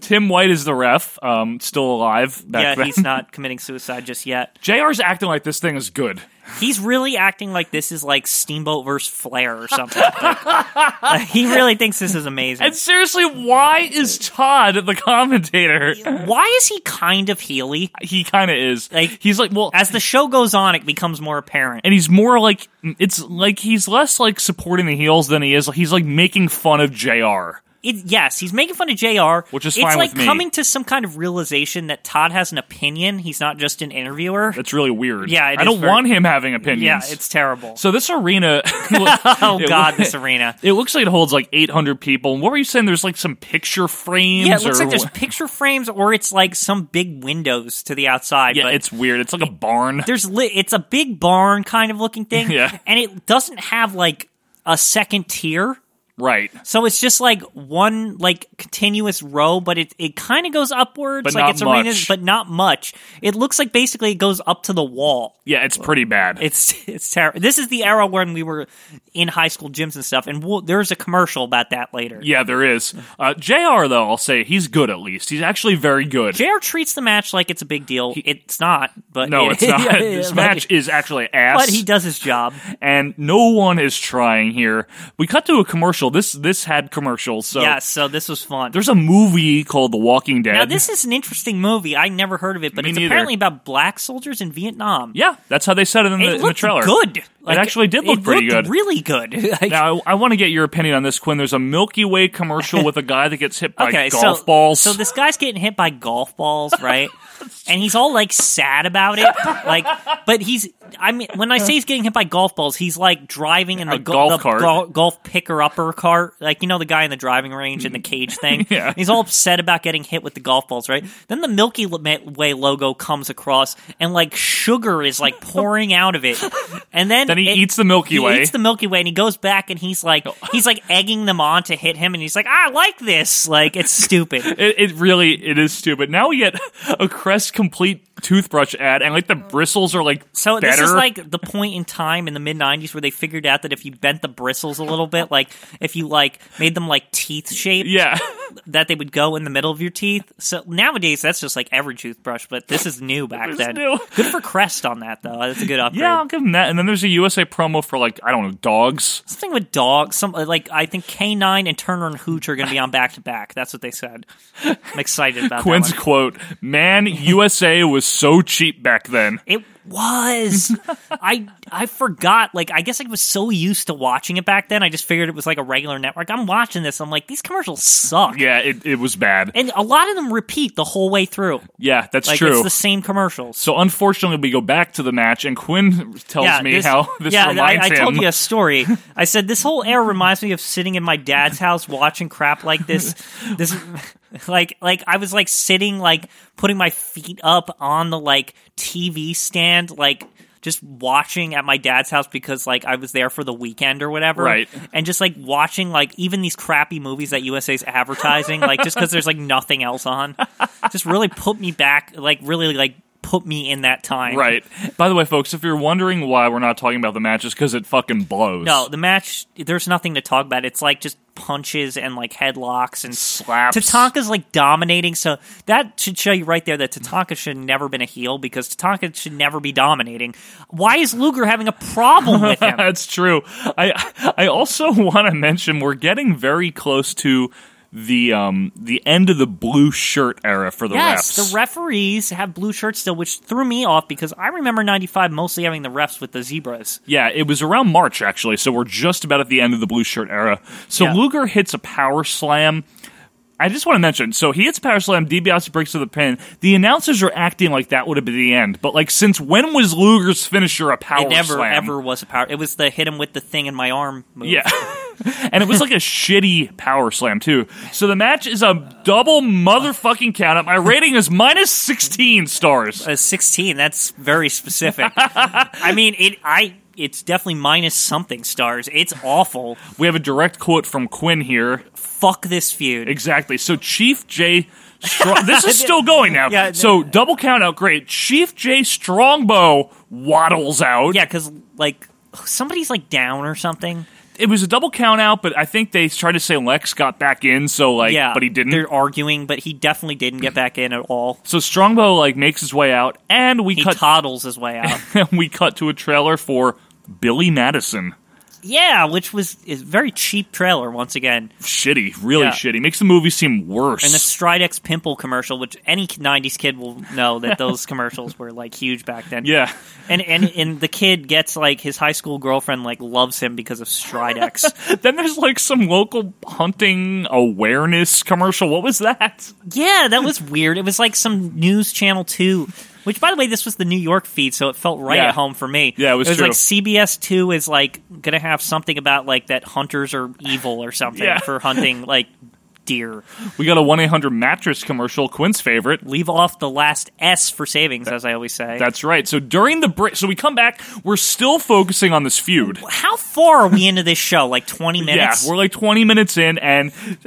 S2: Tim White is the ref, um, still alive. Back
S3: yeah,
S2: then.
S3: he's not committing suicide just yet.
S2: Jr's acting like this thing is good.
S3: He's really acting like this is like Steamboat versus Flair or something. Like, like, he really thinks this is amazing.
S2: And seriously, why is Todd the commentator?
S3: Why is he kind of heely?
S2: He kind of is.
S3: Like
S2: he's like, well,
S3: as the show goes on, it becomes more apparent.
S2: And he's more like it's like he's less like supporting the heels than he is. He's like making fun of Jr.
S3: It, yes, he's making fun of Jr.
S2: Which is
S3: it's
S2: fine
S3: like
S2: with me.
S3: coming to some kind of realization that Todd has an opinion. He's not just an interviewer.
S2: That's really weird.
S3: Yeah, it
S2: I
S3: is
S2: don't
S3: very-
S2: want him having opinions.
S3: Yeah, it's terrible.
S2: so this arena.
S3: oh
S2: it-
S3: God, this arena.
S2: It looks like it holds like 800 people. And what were you saying? There's like some picture frames.
S3: Yeah, it looks
S2: or
S3: like there's
S2: what-
S3: picture frames, or it's like some big windows to the outside.
S2: Yeah,
S3: but
S2: it's weird. It's like a barn.
S3: there's li- it's a big barn kind of looking thing.
S2: Yeah.
S3: and it doesn't have like a second tier.
S2: Right.
S3: So it's just like one like continuous row, but it it kind of goes upwards,
S2: But
S3: like
S2: not
S3: it's arenas,
S2: much.
S3: but not much. It looks like basically it goes up to the wall.
S2: Yeah, it's pretty bad.
S3: It's it's terrible. This is the era when we were in high school gyms and stuff, and we'll, there's a commercial about that later.
S2: yeah, there is. Uh, Jr. Though I'll say he's good. At least he's actually very good.
S3: Jr. treats the match like it's a big deal. it's not, but
S2: no,
S3: it-
S2: it's not.
S3: Yeah,
S2: this
S3: but-
S2: match is actually ass.
S3: But he does his job.
S2: and no one is trying here. We cut to a commercial. This this had commercials. So
S3: yeah, so this was fun.
S2: there's a movie called The Walking Dead.
S3: Now this is an interesting movie. I never heard of it, but
S2: Me
S3: it's
S2: neither.
S3: apparently about black soldiers in Vietnam.
S2: yeah, that's how they said it in, the,
S3: It
S2: in the
S3: looked
S2: trailer.
S3: good. Like,
S2: it actually did
S3: it
S2: look pretty
S3: looked
S2: good.
S3: Really good. Like,
S2: now I, I want to get your opinion on this, Quinn. There's a Milky Way commercial with a guy that gets hit by
S3: okay,
S2: golf
S3: so,
S2: balls.
S3: So this guy's getting hit by golf balls, right? and he's all like sad about it. Like, but he's, I mean, when I say he's getting hit by golf balls, he's like driving in the, go-
S2: golf
S3: the
S2: cart.
S3: gol- golf picker upper cart. Like, you know, the guy in the driving range in the cage thing.
S2: Yeah.
S3: He's all upset about getting hit with the golf balls, right? Then the Milky Way logo comes across and like sugar is like pouring out of it. And then,
S2: Then he
S3: it-
S2: eats the Milky
S3: he
S2: Way.
S3: eats the Milky Way and he goes back and he's like, he's like egging them on to hit him and he's like, I like this. Like, it's stupid.
S2: it, it really it is stupid. Now we get a Crest Complete toothbrush ad, and like the bristles are like
S3: So
S2: better.
S3: this is like the point in time in the mid '90s where they figured out that if you bent the bristles a little bit, like if you like made them like teeth shaped,
S2: yeah.
S3: that they would go in the middle of your teeth. So nowadays that's just like every toothbrush, but this is new back
S2: This is
S3: then.
S2: new.
S3: Good for Crest on that though. That's a good upgrade.
S2: Yeah, I'll give him that. And then there's a USA promo for like I don't know dogs.
S3: Something with dogs, some like I think K9 and Turner and Hooch are going to be on back to back. That's what they said. I'm excited about
S2: Quinn's
S3: that. one.
S2: quote: "Man, USA was so cheap back then."
S3: It was. I I forgot. Like I guess I was so used to watching it back then. I just figured it was like a regular network. I'm watching this. I'm like, these commercials suck.
S2: Yeah, it, it was bad.
S3: And a lot of them repeat the whole way through.
S2: Yeah, that's
S3: like
S2: true.
S3: it's the same commercials.
S2: so unfortunately, we go back to the match, and Quinn tells
S3: yeah,
S2: me
S3: this,
S2: how this
S3: yeah,
S2: reminds
S3: I, I told
S2: him.
S3: you a story. I said this whole era reminds me of sitting in my dad's house watching crap like this. This, like, like I was like sitting, like putting my feet up on the like TV stand, like just watching at my dad's house because like I was there for the weekend or whatever,
S2: Right.
S3: And just like watching like even these crappy movies that USA's advertising, like just because there's like nothing else on, just really put me back, like really like put me in that time,
S2: Right. By the way, folks, if you're wondering why we're not talking about the matches, because it fucking blows.
S3: No, the match. There's nothing to talk about. It's like just punches and like headlocks and
S2: slaps.
S3: Tatanka's like dominating, so that should show you right there that Tatanka should never been a heel because Tatanka should never be dominating. Why is Luger having a problem with him?
S2: That's true. I I also want to mention we're getting very close to the um the end of the blue shirt era for the
S3: yes,
S2: refs.
S3: the referees have blue shirts still, which threw me off because I remember '95 mostly having the refs with the zebras.
S2: yeah, it was around March actually, so we're just about at the end of the blue shirt era. So
S3: Yeah.
S2: Luger hits a power slam. I just want to mention, so he hits a power slam, DiBiase breaks to the pin. The announcers are acting like that would have been the end, but like since when was Luger's finisher a power
S3: it never
S2: slam?
S3: ever was a power. It was the hit him with the thing in my arm. Move.
S2: Yeah. and it was like a shitty power slam too. So the match is a double motherfucking count up. My rating is minus sixteen stars.
S3: Uh, sixteen. That's very specific. I mean, it. I. It's definitely minus something stars. It's awful.
S2: We have a direct quote from Quinn here.
S3: Fuck this feud.
S2: Exactly. So Chief J. Strong- this is still going now.
S3: Yeah,
S2: so double count out, great. Chief J. Strongbow waddles out.
S3: Yeah, because like somebody's like down or something.
S2: It was a double count out, but I think they tried to say Lex got back in. So like,
S3: yeah,
S2: but he didn't.
S3: They're arguing, but he definitely didn't get back in at all.
S2: So Strongbow like makes his way out, and we
S3: He
S2: cut
S3: toddles his way out.
S2: and we cut to a trailer for Billy Madison.
S3: yeah, which was is very cheap trailer once again.
S2: Shitty, really
S3: Yeah.
S2: shitty. Makes the movie seem worse.
S3: And the Stridex pimple commercial, which any '90s kid will know that those commercials were like huge back then.
S2: yeah.
S3: and and and the kid gets like his high school girlfriend like loves him because of Stridex.
S2: Then there's like some local hunting awareness commercial. What was that?
S3: yeah,
S2: Hmm.
S3: that was weird. It was like some news channel two, which by the way, this was the New York feed, so it felt right
S2: Yeah.
S3: at home for me.
S2: Yeah, it was
S3: It was
S2: true.
S3: like CBS two is like gonna have something about like that hunters are evil or something
S2: Yeah.
S3: for hunting like deer.
S2: We got a 1 800 mattress commercial, Quinn's favorite.
S3: Leave off the last S for savings, as I always say.
S2: That's right. So during the break, so we come back, we're still focusing on this feud.
S3: how far are we into this show? Like twenty minutes?
S2: Yeah, we're like 20 minutes in, and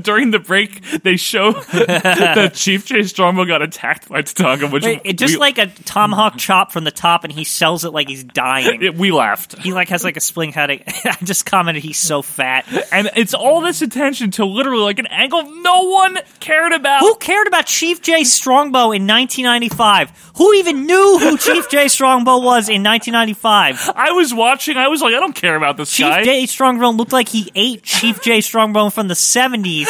S2: during the break, they show that Chief J. Strongbow got attacked by Tatanka, which
S3: Wait, it just
S2: we,
S3: like a tomahawk chop from the top, and he sells it like he's dying.
S2: it, we laughed.
S3: he like has like a spling headache. I just commented he's so fat.
S2: And it's all this attention to literally like an angle no one cared about.
S3: Who cared about Chief J Strongbow in 1995? Who even knew who Chief J Strongbow was in 1995?
S2: I was watching. I was like, I don't care about this
S3: Chief
S2: guy.
S3: J Strongbow looked like he ate Chief J Strongbow from the 70s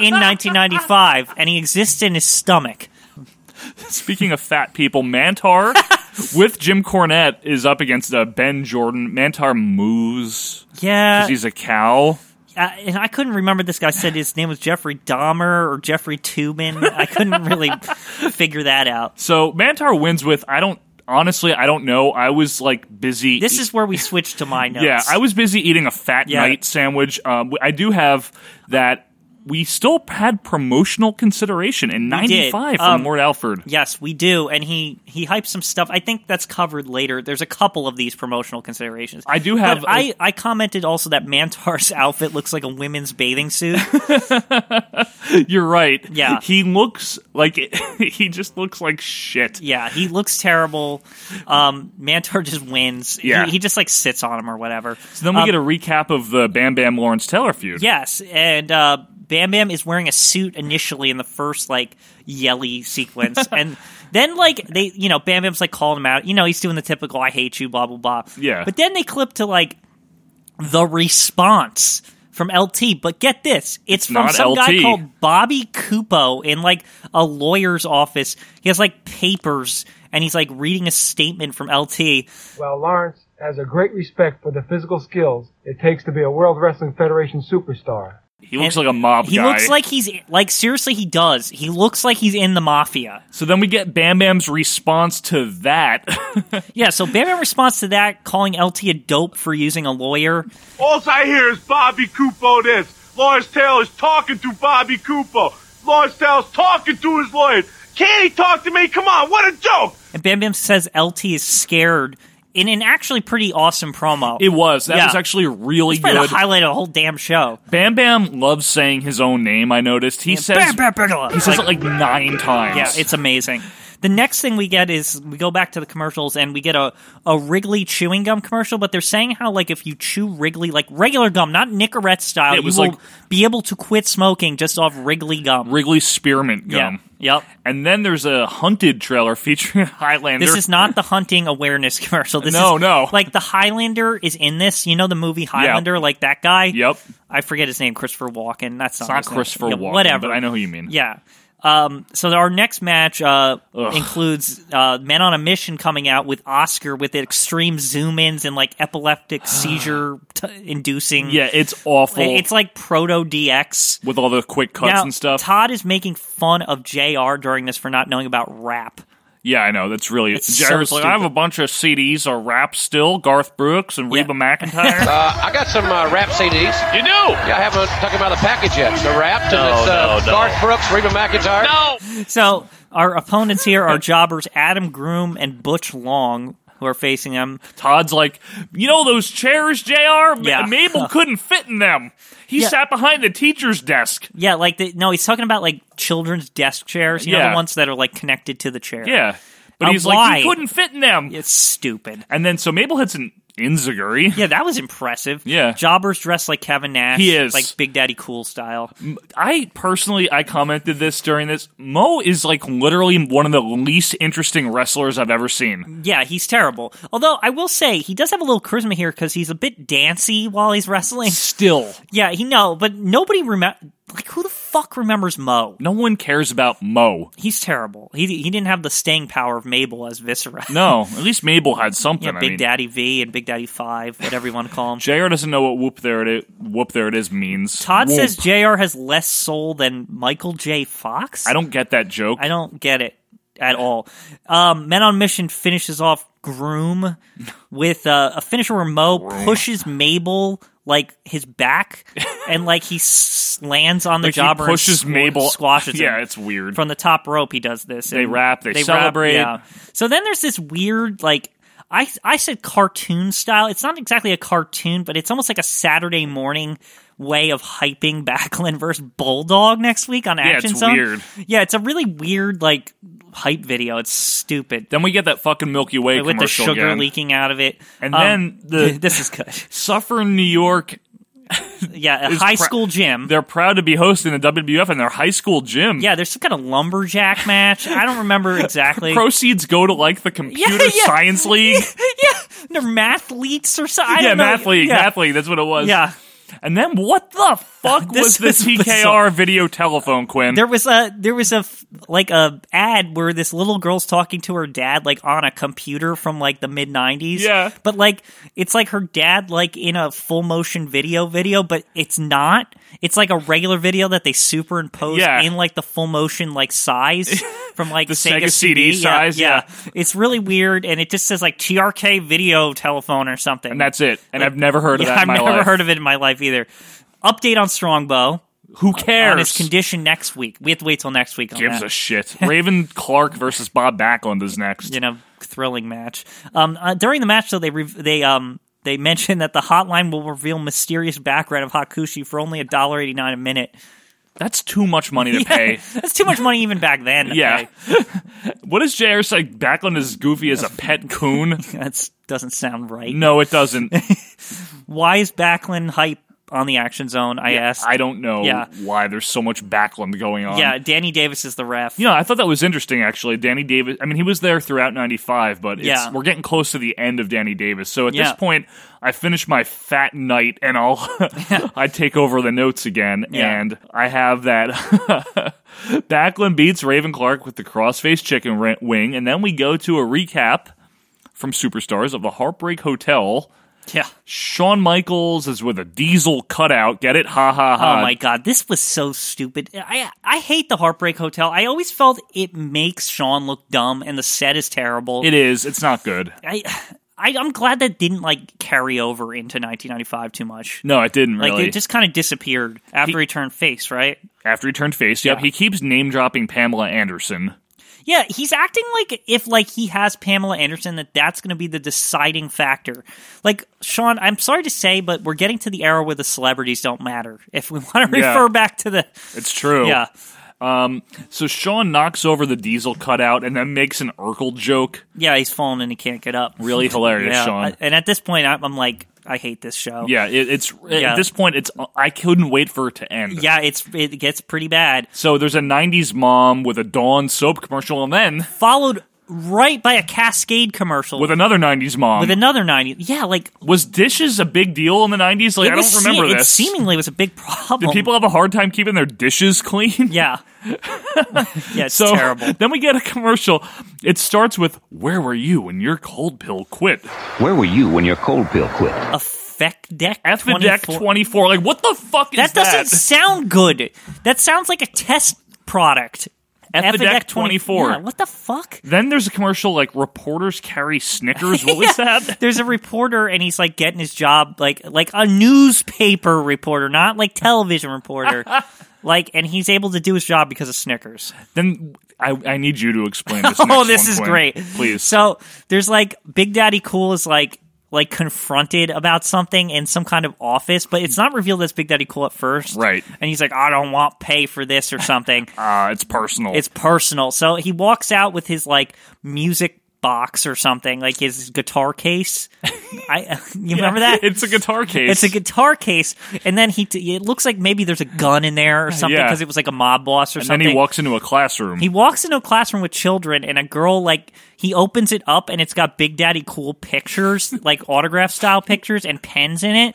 S3: in 1995, and he exists in his stomach.
S2: Speaking of fat people, Mantar with Jim Cornette is up against uh, Ben Jordan. Mantar moves
S3: Yeah,
S2: because he's a cow.
S3: uh, and I couldn't remember this guy said his name was Jeffrey Dahmer or Jeffrey Tubin. I couldn't really figure that out.
S2: So Mantar wins with I don't honestly I don't know. I was like busy. e-
S3: This is where we switch to my notes.
S2: yeah. I was busy eating a fat
S3: Yeah.
S2: night sandwich. Um, I do have that. We still had promotional consideration in
S3: We did.
S2: '95
S3: Um,
S2: from Lord Alford.
S3: Yes, we do, and he he hypes some stuff. I think that's covered later. There's a couple of these promotional considerations.
S2: I do have
S3: But I I commented also that Mantar's outfit looks like a women's bathing suit.
S2: You're right.
S3: Yeah.
S2: he looks like he just looks like shit.
S3: yeah, he looks terrible. Um, Mantar just wins.
S2: Yeah.
S3: he, he just like sits on him or whatever.
S2: So then we
S3: Um,
S2: get a recap of the Bam Bam Lawrence Taylor feud.
S3: Yes, and uh, Bam Bam is wearing a suit initially in the first like yelly sequence, and then like they, you know, Bam Bam's like calling him out. You know, he's doing the typical "I hate you," blah blah blah.
S2: Yeah.
S3: But then they clip to like the response from LT. But get this, it's, from
S2: not
S3: some guy
S2: LT.
S3: called Bobby Cupo in like a lawyer's office. He has like papers, and he's like reading a statement from LT.
S4: Well, Lawrence has a great respect for the physical skills it takes to be a World Wrestling Federation superstar.
S2: He looks like a mob
S3: He
S2: guy.
S3: looks like he's like seriously, he does. He looks like he's in the mafia.
S2: So then we get Bam Bam's response to that.
S3: Yeah, so Bam Bam responds to that, calling LT a dope for using a lawyer.
S1: All I hear is Bobby Cupo this. Lawrence Taylor's talking to Bobby Cupo. Lawrence Taylor's talking to his lawyer. Can't he talk to me? Come on, what a joke!
S3: And Bam Bam says LT is scared in an actually pretty awesome promo.
S2: it was. That
S3: Yeah.
S2: was actually really
S3: It's probably
S2: good.
S3: the highlight of the whole damn show.
S2: Bam Bam loves saying his own name, I noticed. He says
S3: Bam Bam Bigelow.
S2: he says it like nine times.
S3: Yeah, it's amazing. The next thing we get is we go back to the commercials and we get a, a Wrigley chewing gum commercial, but they're saying how like if you chew Wrigley like regular gum, not Nicorette style,
S2: It was
S3: you will
S2: like-
S3: be able to quit smoking just off Wrigley gum.
S2: Wrigley spearmint gum.
S3: Yep.
S2: And then there's a hunted trailer featuring Highlander.
S3: This is not the hunting awareness commercial. This
S2: No,
S3: is, no. Like the Highlander is in this. You know the movie Highlander, like that guy. Yep. I forget his name, Christopher Walken. That's
S2: It's
S3: not,
S2: not
S3: his name.
S2: Christopher
S3: Yeah,
S2: Walken,
S3: Whatever.
S2: but I know who you mean.
S3: Yeah. Um, so our next match uh, includes uh, Men on a Mission coming out with Oscar with extreme zoom ins and like epileptic seizure t- inducing.
S2: Yeah, it's awful.
S3: It's like proto DX
S2: with all the quick cuts
S3: Now,
S2: and stuff.
S3: Todd is making fun of JR during this for not knowing about rap.
S2: Yeah, I know. That's really.
S3: It's
S2: Jared's
S3: so
S2: like, I have a
S3: stupid.
S2: bunch of CDs of rap still, Garth Brooks and Reba McIntyre.
S5: Uh, I got some uh, rap CDs. You do? Yeah, I haven't talked about the package yet. The rap,
S3: No,
S5: it's, uh,
S3: no, no.
S5: Garth Brooks, Reba McIntyre. No.
S3: So our opponents here are jobbers Adam Groom and Butch Long, who are facing them.
S2: Todd's like, you know those chairs, JR? Ma-
S3: Yeah.
S2: Mabel couldn't fit in them. He
S3: Yeah.
S2: sat behind the teacher's desk.
S3: Yeah, like the, no, he's talking about like children's desk chairs. You know
S2: Yeah.
S3: the ones that are like connected to the chair.
S2: Yeah. But
S3: Uh,
S2: he's
S3: why?
S2: like, he couldn't fit in them.
S3: It's stupid.
S2: And then, so Mabel hits an Inzaguri.
S3: Yeah, that was impressive.
S2: Yeah.
S3: Jobbers dressed like Kevin Nash.
S2: He is. Mm.
S3: like Big Daddy Cool style.
S2: I personally, I commented this during this. Mo is like literally one of the least interesting wrestlers I've ever seen.
S3: Yeah, he's terrible. Although I will say he does have a little charisma here because he's a bit dancey while he's wrestling.
S2: Still,
S3: yeah, he no, but nobody remember. Like who the fuck remembers Mo?
S2: No one cares about Mo.
S3: He's terrible. He he didn't have the staying power of Mabel as Viscera.
S2: No, at least Mabel had something.
S3: yeah,
S2: I
S3: Big
S2: mean,
S3: Daddy V and Big Daddy Five, whatever you want to call him.
S2: Jr. doesn't know what whoop there it is, whoop there it is means.
S3: Todd
S2: Whoop.
S3: says Jr. has less soul than Michael J. Fox.
S2: I don't get that joke.
S3: I don't get it at all. Um, Men on Mission finishes off Groom with uh, a finisher where Mo pushes Mabel like his back, and like he s- lands on the
S2: Like, he
S3: jobber.
S2: pushes
S3: and squ-
S2: Mabel-
S3: squashes.
S2: Yeah,
S3: him.
S2: it's weird.
S3: From the top rope, he does this.
S2: They
S3: and
S2: rap, they celebrate.
S3: yeah. So then there's this weird like. I, I said cartoon style. It's not exactly a cartoon, but it's almost like a Saturday morning way of hyping Backlund versus Bulldog next week on
S2: Yeah,
S3: Action
S2: it's
S3: Zone.
S2: weird.
S3: Yeah, it's a really weird like hype video. It's stupid.
S2: Then we get that fucking Milky Way
S3: with the
S2: commercial
S3: sugar
S2: again.
S3: leaking out of it,
S2: And
S3: Um,
S2: then the
S3: this is good.
S2: Suffer New York.
S3: Yeah, a
S2: is
S3: high
S2: prou-
S3: school gym.
S2: They're proud to be hosting the WWF in their high school gym.
S3: Yeah, there's some kind of lumberjack match. I don't remember exactly.
S2: Proceeds go to like the Computer
S3: yeah.
S2: Science League.
S3: They're mathletes or something. I
S2: yeah,
S3: don't know.
S2: math league,
S3: Yeah.
S2: math league. That's what it was.
S3: Yeah.
S2: And then what the fuck was
S3: This
S2: the TKR
S3: was bizarre.
S2: video telephone, Quinn?
S3: There was a there was a f- like a ad where this little girl's talking to her dad like on a computer from like the mid '90s.
S2: Yeah.
S3: but like it's like her dad like in a full motion video video, but it's not. It's like a regular video that they superimpose
S2: Yeah.
S3: in like the full motion like size from like
S2: The
S3: Sega,
S2: Sega CD size,
S3: it's really weird, and it just says like TRK video telephone or something, and
S2: that's it. And I've never heard of that in
S3: I've
S2: my
S3: never
S2: life.
S3: heard of it in my life either. Update on Strongbow.
S2: Who
S3: On his
S2: cares?
S3: condition next week. We have to wait till next week. On
S2: Gives
S3: that.
S2: a shit. Raven Clark versus Bob Backlund is next.
S3: you know thrilling match. Um, uh, during the match, though, they re- they um they mentioned that the hotline will reveal mysterious background of Hakushi for only a dollar eighty nine a minute.
S2: That's too much money to
S3: Yeah,
S2: pay.
S3: That's too much money even back then. to
S2: Yeah.
S3: pay.
S2: what is JR say? Backlund is goofy as a pet coon.
S3: that doesn't sound right.
S2: No, it doesn't.
S3: Why is Backlund hype on the Action Zone? I asked.
S2: I don't know
S3: Yeah.
S2: why there's so much Backlund going on.
S3: yeah, Danny Davis is the ref.
S2: You know, I thought that was interesting, actually. Danny Davis, I mean, he was there throughout 95, but it's,
S3: Yeah.
S2: we're getting close to the end of Danny Davis. So at
S3: Yeah.
S2: this point, I finish my fat night and I'll, I take over the notes again.
S3: Yeah.
S2: And I have that Backlund beats Raven Clark with the crossface chicken ri- wing. And then we go to a recap from Superstars of the Heartbreak Hotel.
S3: Yeah.
S2: Shawn Michaels is with a diesel cutout. Get it? Ha ha ha.
S3: Oh my god, this was so stupid. I I hate the Heartbreak Hotel. I always felt it makes Sean look dumb, and the set is terrible.
S2: It is. It's not good.
S3: I, I I'm glad that didn't like carry over into 1995 too much.
S2: No, it didn't really.
S3: Like it just kind of disappeared after he turned face, right?
S2: after he turned face. Yep,
S3: Yeah.
S2: he keeps name dropping Pamela Anderson.
S3: Yeah, he's acting like if like he has Pamela Anderson that that's going to be the deciding factor. Like Sean, I'm sorry to say, but we're getting to the era where the celebrities don't matter. If we want to
S2: Yeah. Oh.
S3: refer back to the
S2: It's true.
S3: Yeah.
S2: Um, so Sean knocks over the diesel cutout and then makes an Urkel joke.
S3: Yeah, he's falling and he can't get up.
S2: Really hilarious,
S3: Yeah,
S2: Sean.
S3: I- and at this point, I'm, I'm like, I hate this show.
S2: yeah, it, it's
S3: Yeah.
S2: at this point, it's I couldn't wait for it to end.
S3: yeah, it's it gets pretty bad.
S2: So there's a '90s mom with a Dawn soap commercial, and then
S3: followed right by a Cascade commercial
S2: with another '90s mom.
S3: With another ninety, yeah, like
S2: was dishes a big deal in the '90s? Like
S3: It
S2: I
S3: was
S2: don't remember
S3: se-
S2: this.
S3: It seemingly was a big problem.
S2: Did people have a hard time keeping their dishes clean?
S3: Yeah. yeah, it's
S2: so
S3: terrible.
S2: Then we get a commercial. It starts with "Where were you when your cold pill quit?"
S7: Where were you when your cold pill quit?
S3: A feck deck.
S2: Deck
S3: 24.
S2: twenty four. E Like what the fuck is
S3: E That
S2: that?
S3: doesn't sound good. That sounds like a test product.
S2: Effidec
S3: Effidec
S2: 24.
S3: E Yeah, what the fuck?
S2: E Then there's a commercial like reporters carry Snickers. What was
S3: Yeah,
S2: that?
S3: There's a reporter and he's like getting his job like like a newspaper reporter, not like television reporter. like and he's able to do his job because of Snickers.
S2: Then I, I need you to explain this.
S3: oh,
S2: next
S3: this
S2: one,
S3: is
S2: Quinn,
S3: great.
S2: Please.
S3: So there's like Big Daddy Cool is like like confronted about something in some kind of office, but it's not revealed that's Big Daddy Cool at first. Right. And he's like, I don't want pay for this or something.
S2: uh, it's personal.
S3: It's personal. So he walks out with his like music box or something, like his guitar case. I you remember that?
S2: It's a guitar case.
S3: It's a guitar case, and then he t- it looks like maybe there's a gun in there or something
S2: Yeah.
S3: because it was like a mob boss or
S2: and then
S3: something.
S2: he walks into a classroom.
S3: He walks into a classroom with children, and a girl like he opens it up, and it's got Big Daddy cool pictures, like autograph style pictures, and pens in it.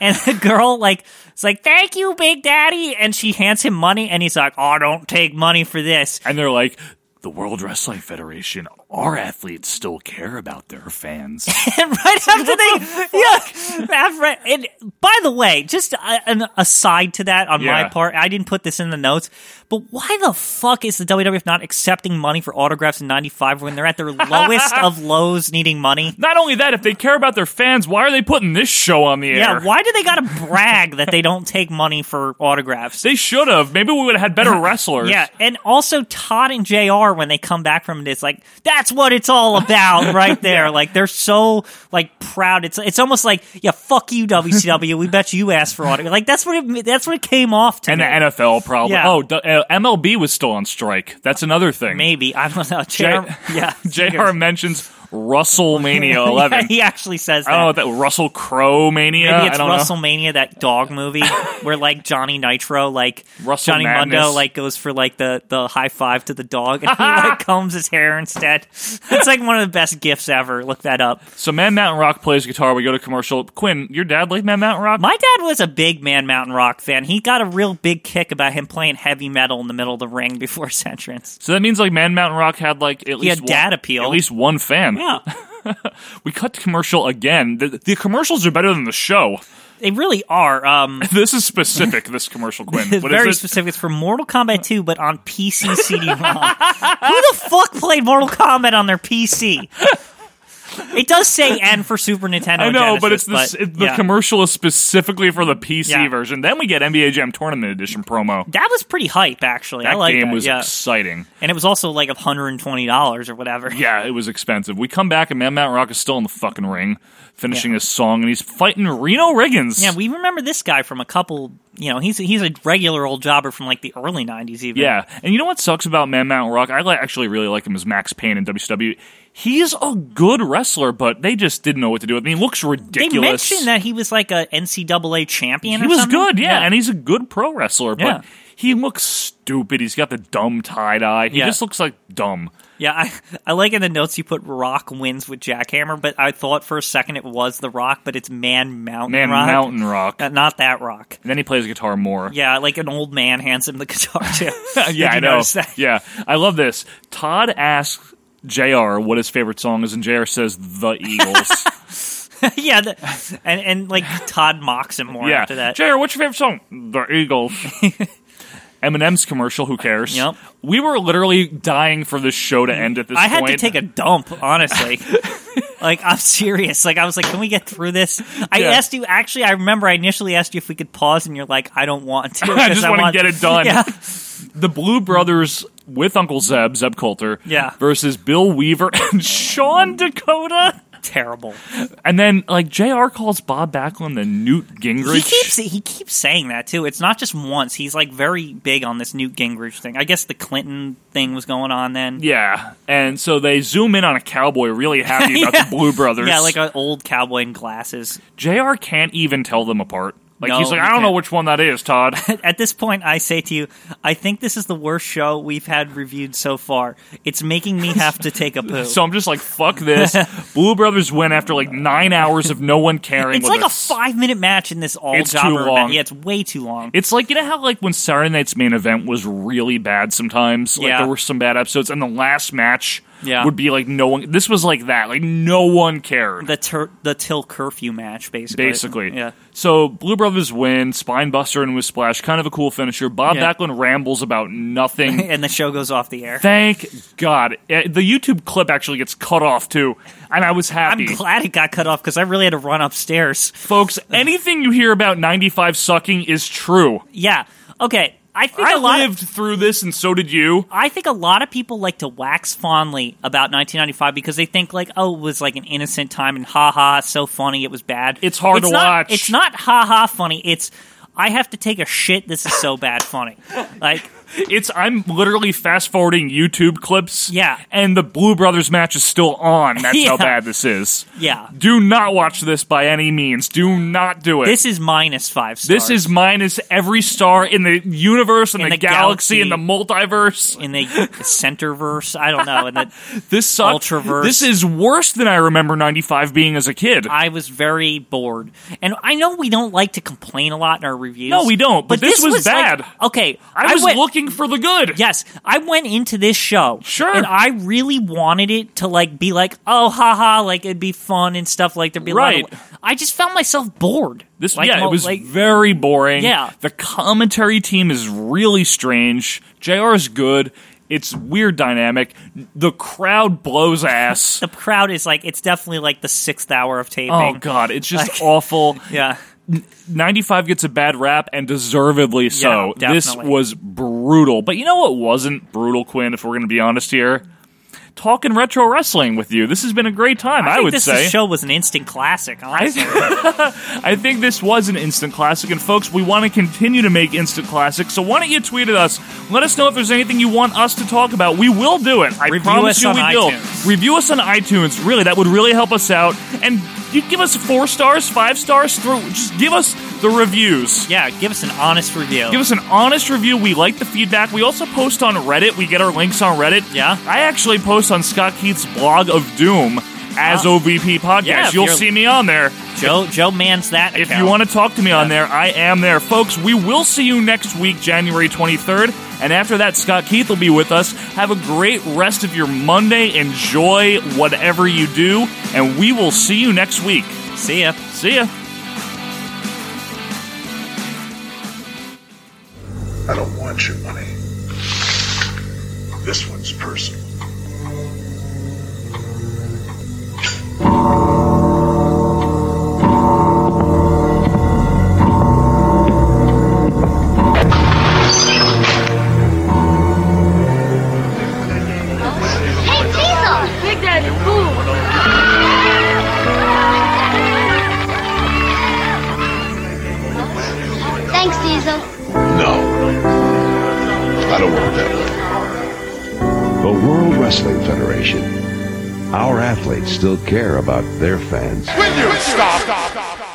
S3: And the girl like is like, "Thank you, Big Daddy," and she hands him money, and he's like, "Oh, don't take money for this."
S2: And they're like, "The World Wrestling Federation, our athletes still care about their fans."
S3: and right after they, yeah, after, and by the way, just a, an aside to that on
S2: Yeah.
S3: my part, I didn't put this in the notes, but why the fuck is the WWF not accepting money for autographs in '95 when they're at their lowest of lows needing money?
S2: Not only that, if they care about their fans, why are they putting this show on the air?
S3: Yeah, why do they got to brag that they don't take money for autographs?
S2: They should have. Maybe we would have had better wrestlers.
S3: Yeah, and also Todd and JR when they come back from it, it's like that's what it's all about right there. Like they're so like proud. It's it's almost like yeah, fuck you WCW. we bet you asked for autograph. Like that's what it that's what it came off to.
S2: And the
S3: me.
S2: NFL probably.
S3: Yeah.
S2: Oh, d- uh, MLB was still on strike. That's another thing.
S3: Maybe I don't know.
S2: J-
S3: JR yeah,
S2: JR mentions WrestleMania 11.
S3: Yeah, he actually says that.
S2: I don't know what that Russell Crowe mania.
S3: Maybe
S2: I
S3: it's
S2: don't know.
S3: WrestleMania, that dog movie where like Johnny Nitro, like
S2: Russell
S3: Johnny Mundo,
S2: Madness.
S3: like goes for like the the high five to the dog, and he like combs his hair instead. It's like one of the best gifts ever. Look that up.
S2: So Man Mountain Rock plays guitar. We go to commercial. Quinn, your dad like Man Mountain Rock?
S3: My dad was a big Man Mountain Rock fan. He got a real big kick about him playing heavy metal in the middle of the ring before his entrance.
S2: So that means like Man Mountain Rock had like at
S3: He
S2: least
S3: had dad
S2: one,
S3: appeal.
S2: At least one fan.
S3: Yeah,
S2: We cut to commercial again. The, the commercials are better than the show.
S3: they really are. Um,
S2: This is specific. this commercial, Quinn. What is
S3: very
S2: it?
S3: specific. It's for Mortal Kombat 2, but on PC CD-ROM. Who the fuck played Mortal Kombat on their PC? It does say "and" for Super Nintendo.
S2: I
S3: and
S2: know, but it's
S3: Genesis,
S2: the, s it- the
S3: yeah.
S2: commercial is specifically for the PC
S3: Yeah.
S2: version. Then we get NBA Jam Tournament Edition promo.
S3: That was pretty hype, actually. I
S2: That
S3: like
S2: game
S3: that.
S2: was
S3: yeah.
S2: exciting.
S3: and it was also like hundred and twenty dollars or whatever.
S2: Yeah, it was expensive. We come back and Man Mountain Rock is still in the fucking ring, finishing his song, and he's fighting Reno Riggins.
S3: Yeah, we remember this guy from a couple. You know, he's he's a regular old jobber from like the early '90s, even.
S2: Yeah, and you know what sucks about Man Mountain Rock? I li- actually really like him as Max Payne in WCW. He's a good wrestler, but they just didn't know what to do with him. He looks
S3: They
S2: ridiculous.
S3: mentioned that he was like a NCAA champion.
S2: he
S3: or
S2: was
S3: something.
S2: good, yeah, and he's a good pro wrestler, but
S3: Yeah.
S2: he looks stupid. He's got the dumb tie dye. He
S3: Yeah.
S2: just looks like dumb.
S3: Yeah, I, I like in the notes you put Rock wins with Jackhammer, but I thought for a second it was The Rock, but it's Man Mountain
S2: Man
S3: Rock.
S2: Mountain Rock.
S3: Uh, not that Rock.
S2: And then he plays guitar more.
S3: Yeah, like an old man hands him the guitar too. Did you
S2: yeah, I know.
S3: notice that?
S2: Yeah, I love this. Todd asks Jr. what his favorite song is, and Jr. says "The Eagles."
S3: yeah, the, and and like Todd mocks him more
S2: yeah,
S3: after that.
S2: Jr. What's your favorite song? The Eagles. Eminem's commercial. Who cares?
S3: Yep.
S2: We were literally dying for this show to end at this
S3: I had
S2: point.
S3: to take a dump, honestly. like I'm serious. Like I was like, can we get through this? I
S2: Yeah.
S3: asked you. Actually, I remember I initially asked you if we could pause, and you're like, I don't want to.
S2: I
S3: 'cause
S2: just want to
S3: want-
S2: get it done.
S3: Yeah.
S2: The Blue Brothers with Uncle Zeb, Zeb Coulter,
S3: Yeah.
S2: versus Bill Weaver and Sean Dakota.
S3: terrible.
S2: And then like JR calls Bob Backlund the Newt Gingrich.
S3: He keeps he keeps saying that too. It's not just once. He's like very big on this Newt Gingrich thing. I guess the Clinton thing was going on then.
S2: yeah, and so they zoom in on a cowboy really happy about
S3: Yeah.
S2: the Blue Brothers.
S3: Yeah, like an old cowboy in glasses.
S2: JR can't even tell them apart. Like
S3: No,
S2: he's like,
S3: he
S2: I don't know
S3: can't."
S2: which one that is, Todd.
S3: At this point, I say to you, I think this is the worst show we've had reviewed so far. It's making me have to take a poo.
S2: So I'm just like, fuck this. Blue Brothers win after like nine hours of no one caring.
S3: it's
S2: with
S3: like a
S2: us.
S3: five minute match in this all
S2: It's too
S3: jobber
S2: long.
S3: match. Yeah, it's way too long.
S2: It's like you know how like when Saturday Night's main event was really bad sometimes. Like
S3: Yeah.
S2: there were some bad episodes, and the last match
S3: Yeah.
S2: would be like no one. This was like that. Like no one cared.
S3: The tur the till curfew match, basically.
S2: Basically,
S3: yeah.
S2: So Blue Brothers win. Spinebuster and with splash, kind of a cool finisher. Bob
S3: Yeah.
S2: Backlund rambles about nothing.
S3: and the show goes off the air.
S2: Thank God, Uh, the YouTube clip actually gets cut off too, and I was happy.
S3: I'm glad it got cut off because I really had to run upstairs.
S2: Folks, anything you hear about 95 sucking is true.
S3: Yeah. Okay. I think
S2: I
S3: a lot of-
S2: lived through this, and so did you.
S3: I think a lot of people like to wax fondly about 1995 because they think like, oh, it was like an innocent time and haha, it's so funny, it was bad. It's
S2: hard to
S3: not,
S2: watch.
S3: It's not haha funny. It's I have to take a shit. This is so bad funny. Like
S2: It's I'm literally fast forwarding YouTube clips.
S3: Yeah.
S2: And the Blue Brothers match is still on. That's
S3: Yeah.
S2: how bad this is.
S3: Yeah.
S2: Do not watch this by any means. Do not do it.
S3: this is minus five stars.
S2: This is minus every star in the universe, and
S3: In
S2: the,
S3: the
S2: galaxy, and the
S3: galaxy.
S2: multiverse.
S3: in the centerverse. I don't know. And the
S2: This sucks.
S3: Ultraverse.
S2: This is worse than I remember 95 being as a kid.
S3: I was very bored. And I know we don't like to complain a lot in our reviews.
S2: No, we don't, but this was
S3: like-
S2: bad.
S3: okay,
S2: I was
S3: went-
S2: looking for the good.
S3: Yes, I went into this show.
S2: Sure.
S3: And I really wanted it to like be like, oh, haha, like it'd be fun and stuff. Like there'd be a lot
S2: Right.
S3: of, I just found myself bored.
S2: This
S3: like,
S2: yeah,
S3: mo-
S2: it was
S3: like,
S2: very boring.
S3: Yeah.
S2: the commentary team is really strange. Jr. is good. It's weird dynamic. The crowd blows ass.
S3: the crowd is like it's definitely like the sixth hour of taping.
S2: oh god, it's just
S3: Like-
S2: awful.
S3: Yeah.
S2: Ninety five gets a bad rap and deservedly so.
S3: Yeah,
S2: this
S3: definitely.
S2: was brutal. But you know what wasn't brutal, Quinn? If we're going to be honest here, talking retro wrestling with you. This has been a great time. I,
S3: think
S2: would
S3: this
S2: say
S3: show was an instant classic. Honestly,
S2: I think this was an instant classic, and folks, we want to continue to make instant classics. So why don't you tweet at us? Let us know if there's anything you want us to talk about. We will do it. I
S3: Review
S2: promise
S3: us
S2: you,
S3: on
S2: we
S3: iTunes.
S2: will. Review us on iTunes. Really, that would really help us out. And you give us four stars, five stars. Through, just give us the reviews.
S3: yeah. Give us an honest review.
S2: Give us an honest review. We like the feedback. We also post on Reddit. We get our links on Reddit.
S3: Yeah.
S2: I actually post on Scott Keith's blog of Doom as
S3: Wow.
S2: OVP podcast.
S3: Uh, Yeah, if
S2: You'll
S3: you're-
S2: see me on there.
S3: Joe Joe Mans that.
S2: If you want to talk to me on there, I am there. Folks, we will see you next week, January 23rd. And after that, Scott Keith will be with us. Have a great rest of your Monday. Enjoy whatever you do. And we will see you next week.
S3: to see ya.
S2: See ya.
S9: I don't want your money. This one's personal.
S22: Big Daddy's cool. Thanks, Diesel.
S9: I don't want that.
S23: The World Wrestling Federation. Our athletes still care about their fans.
S10: Will you stop?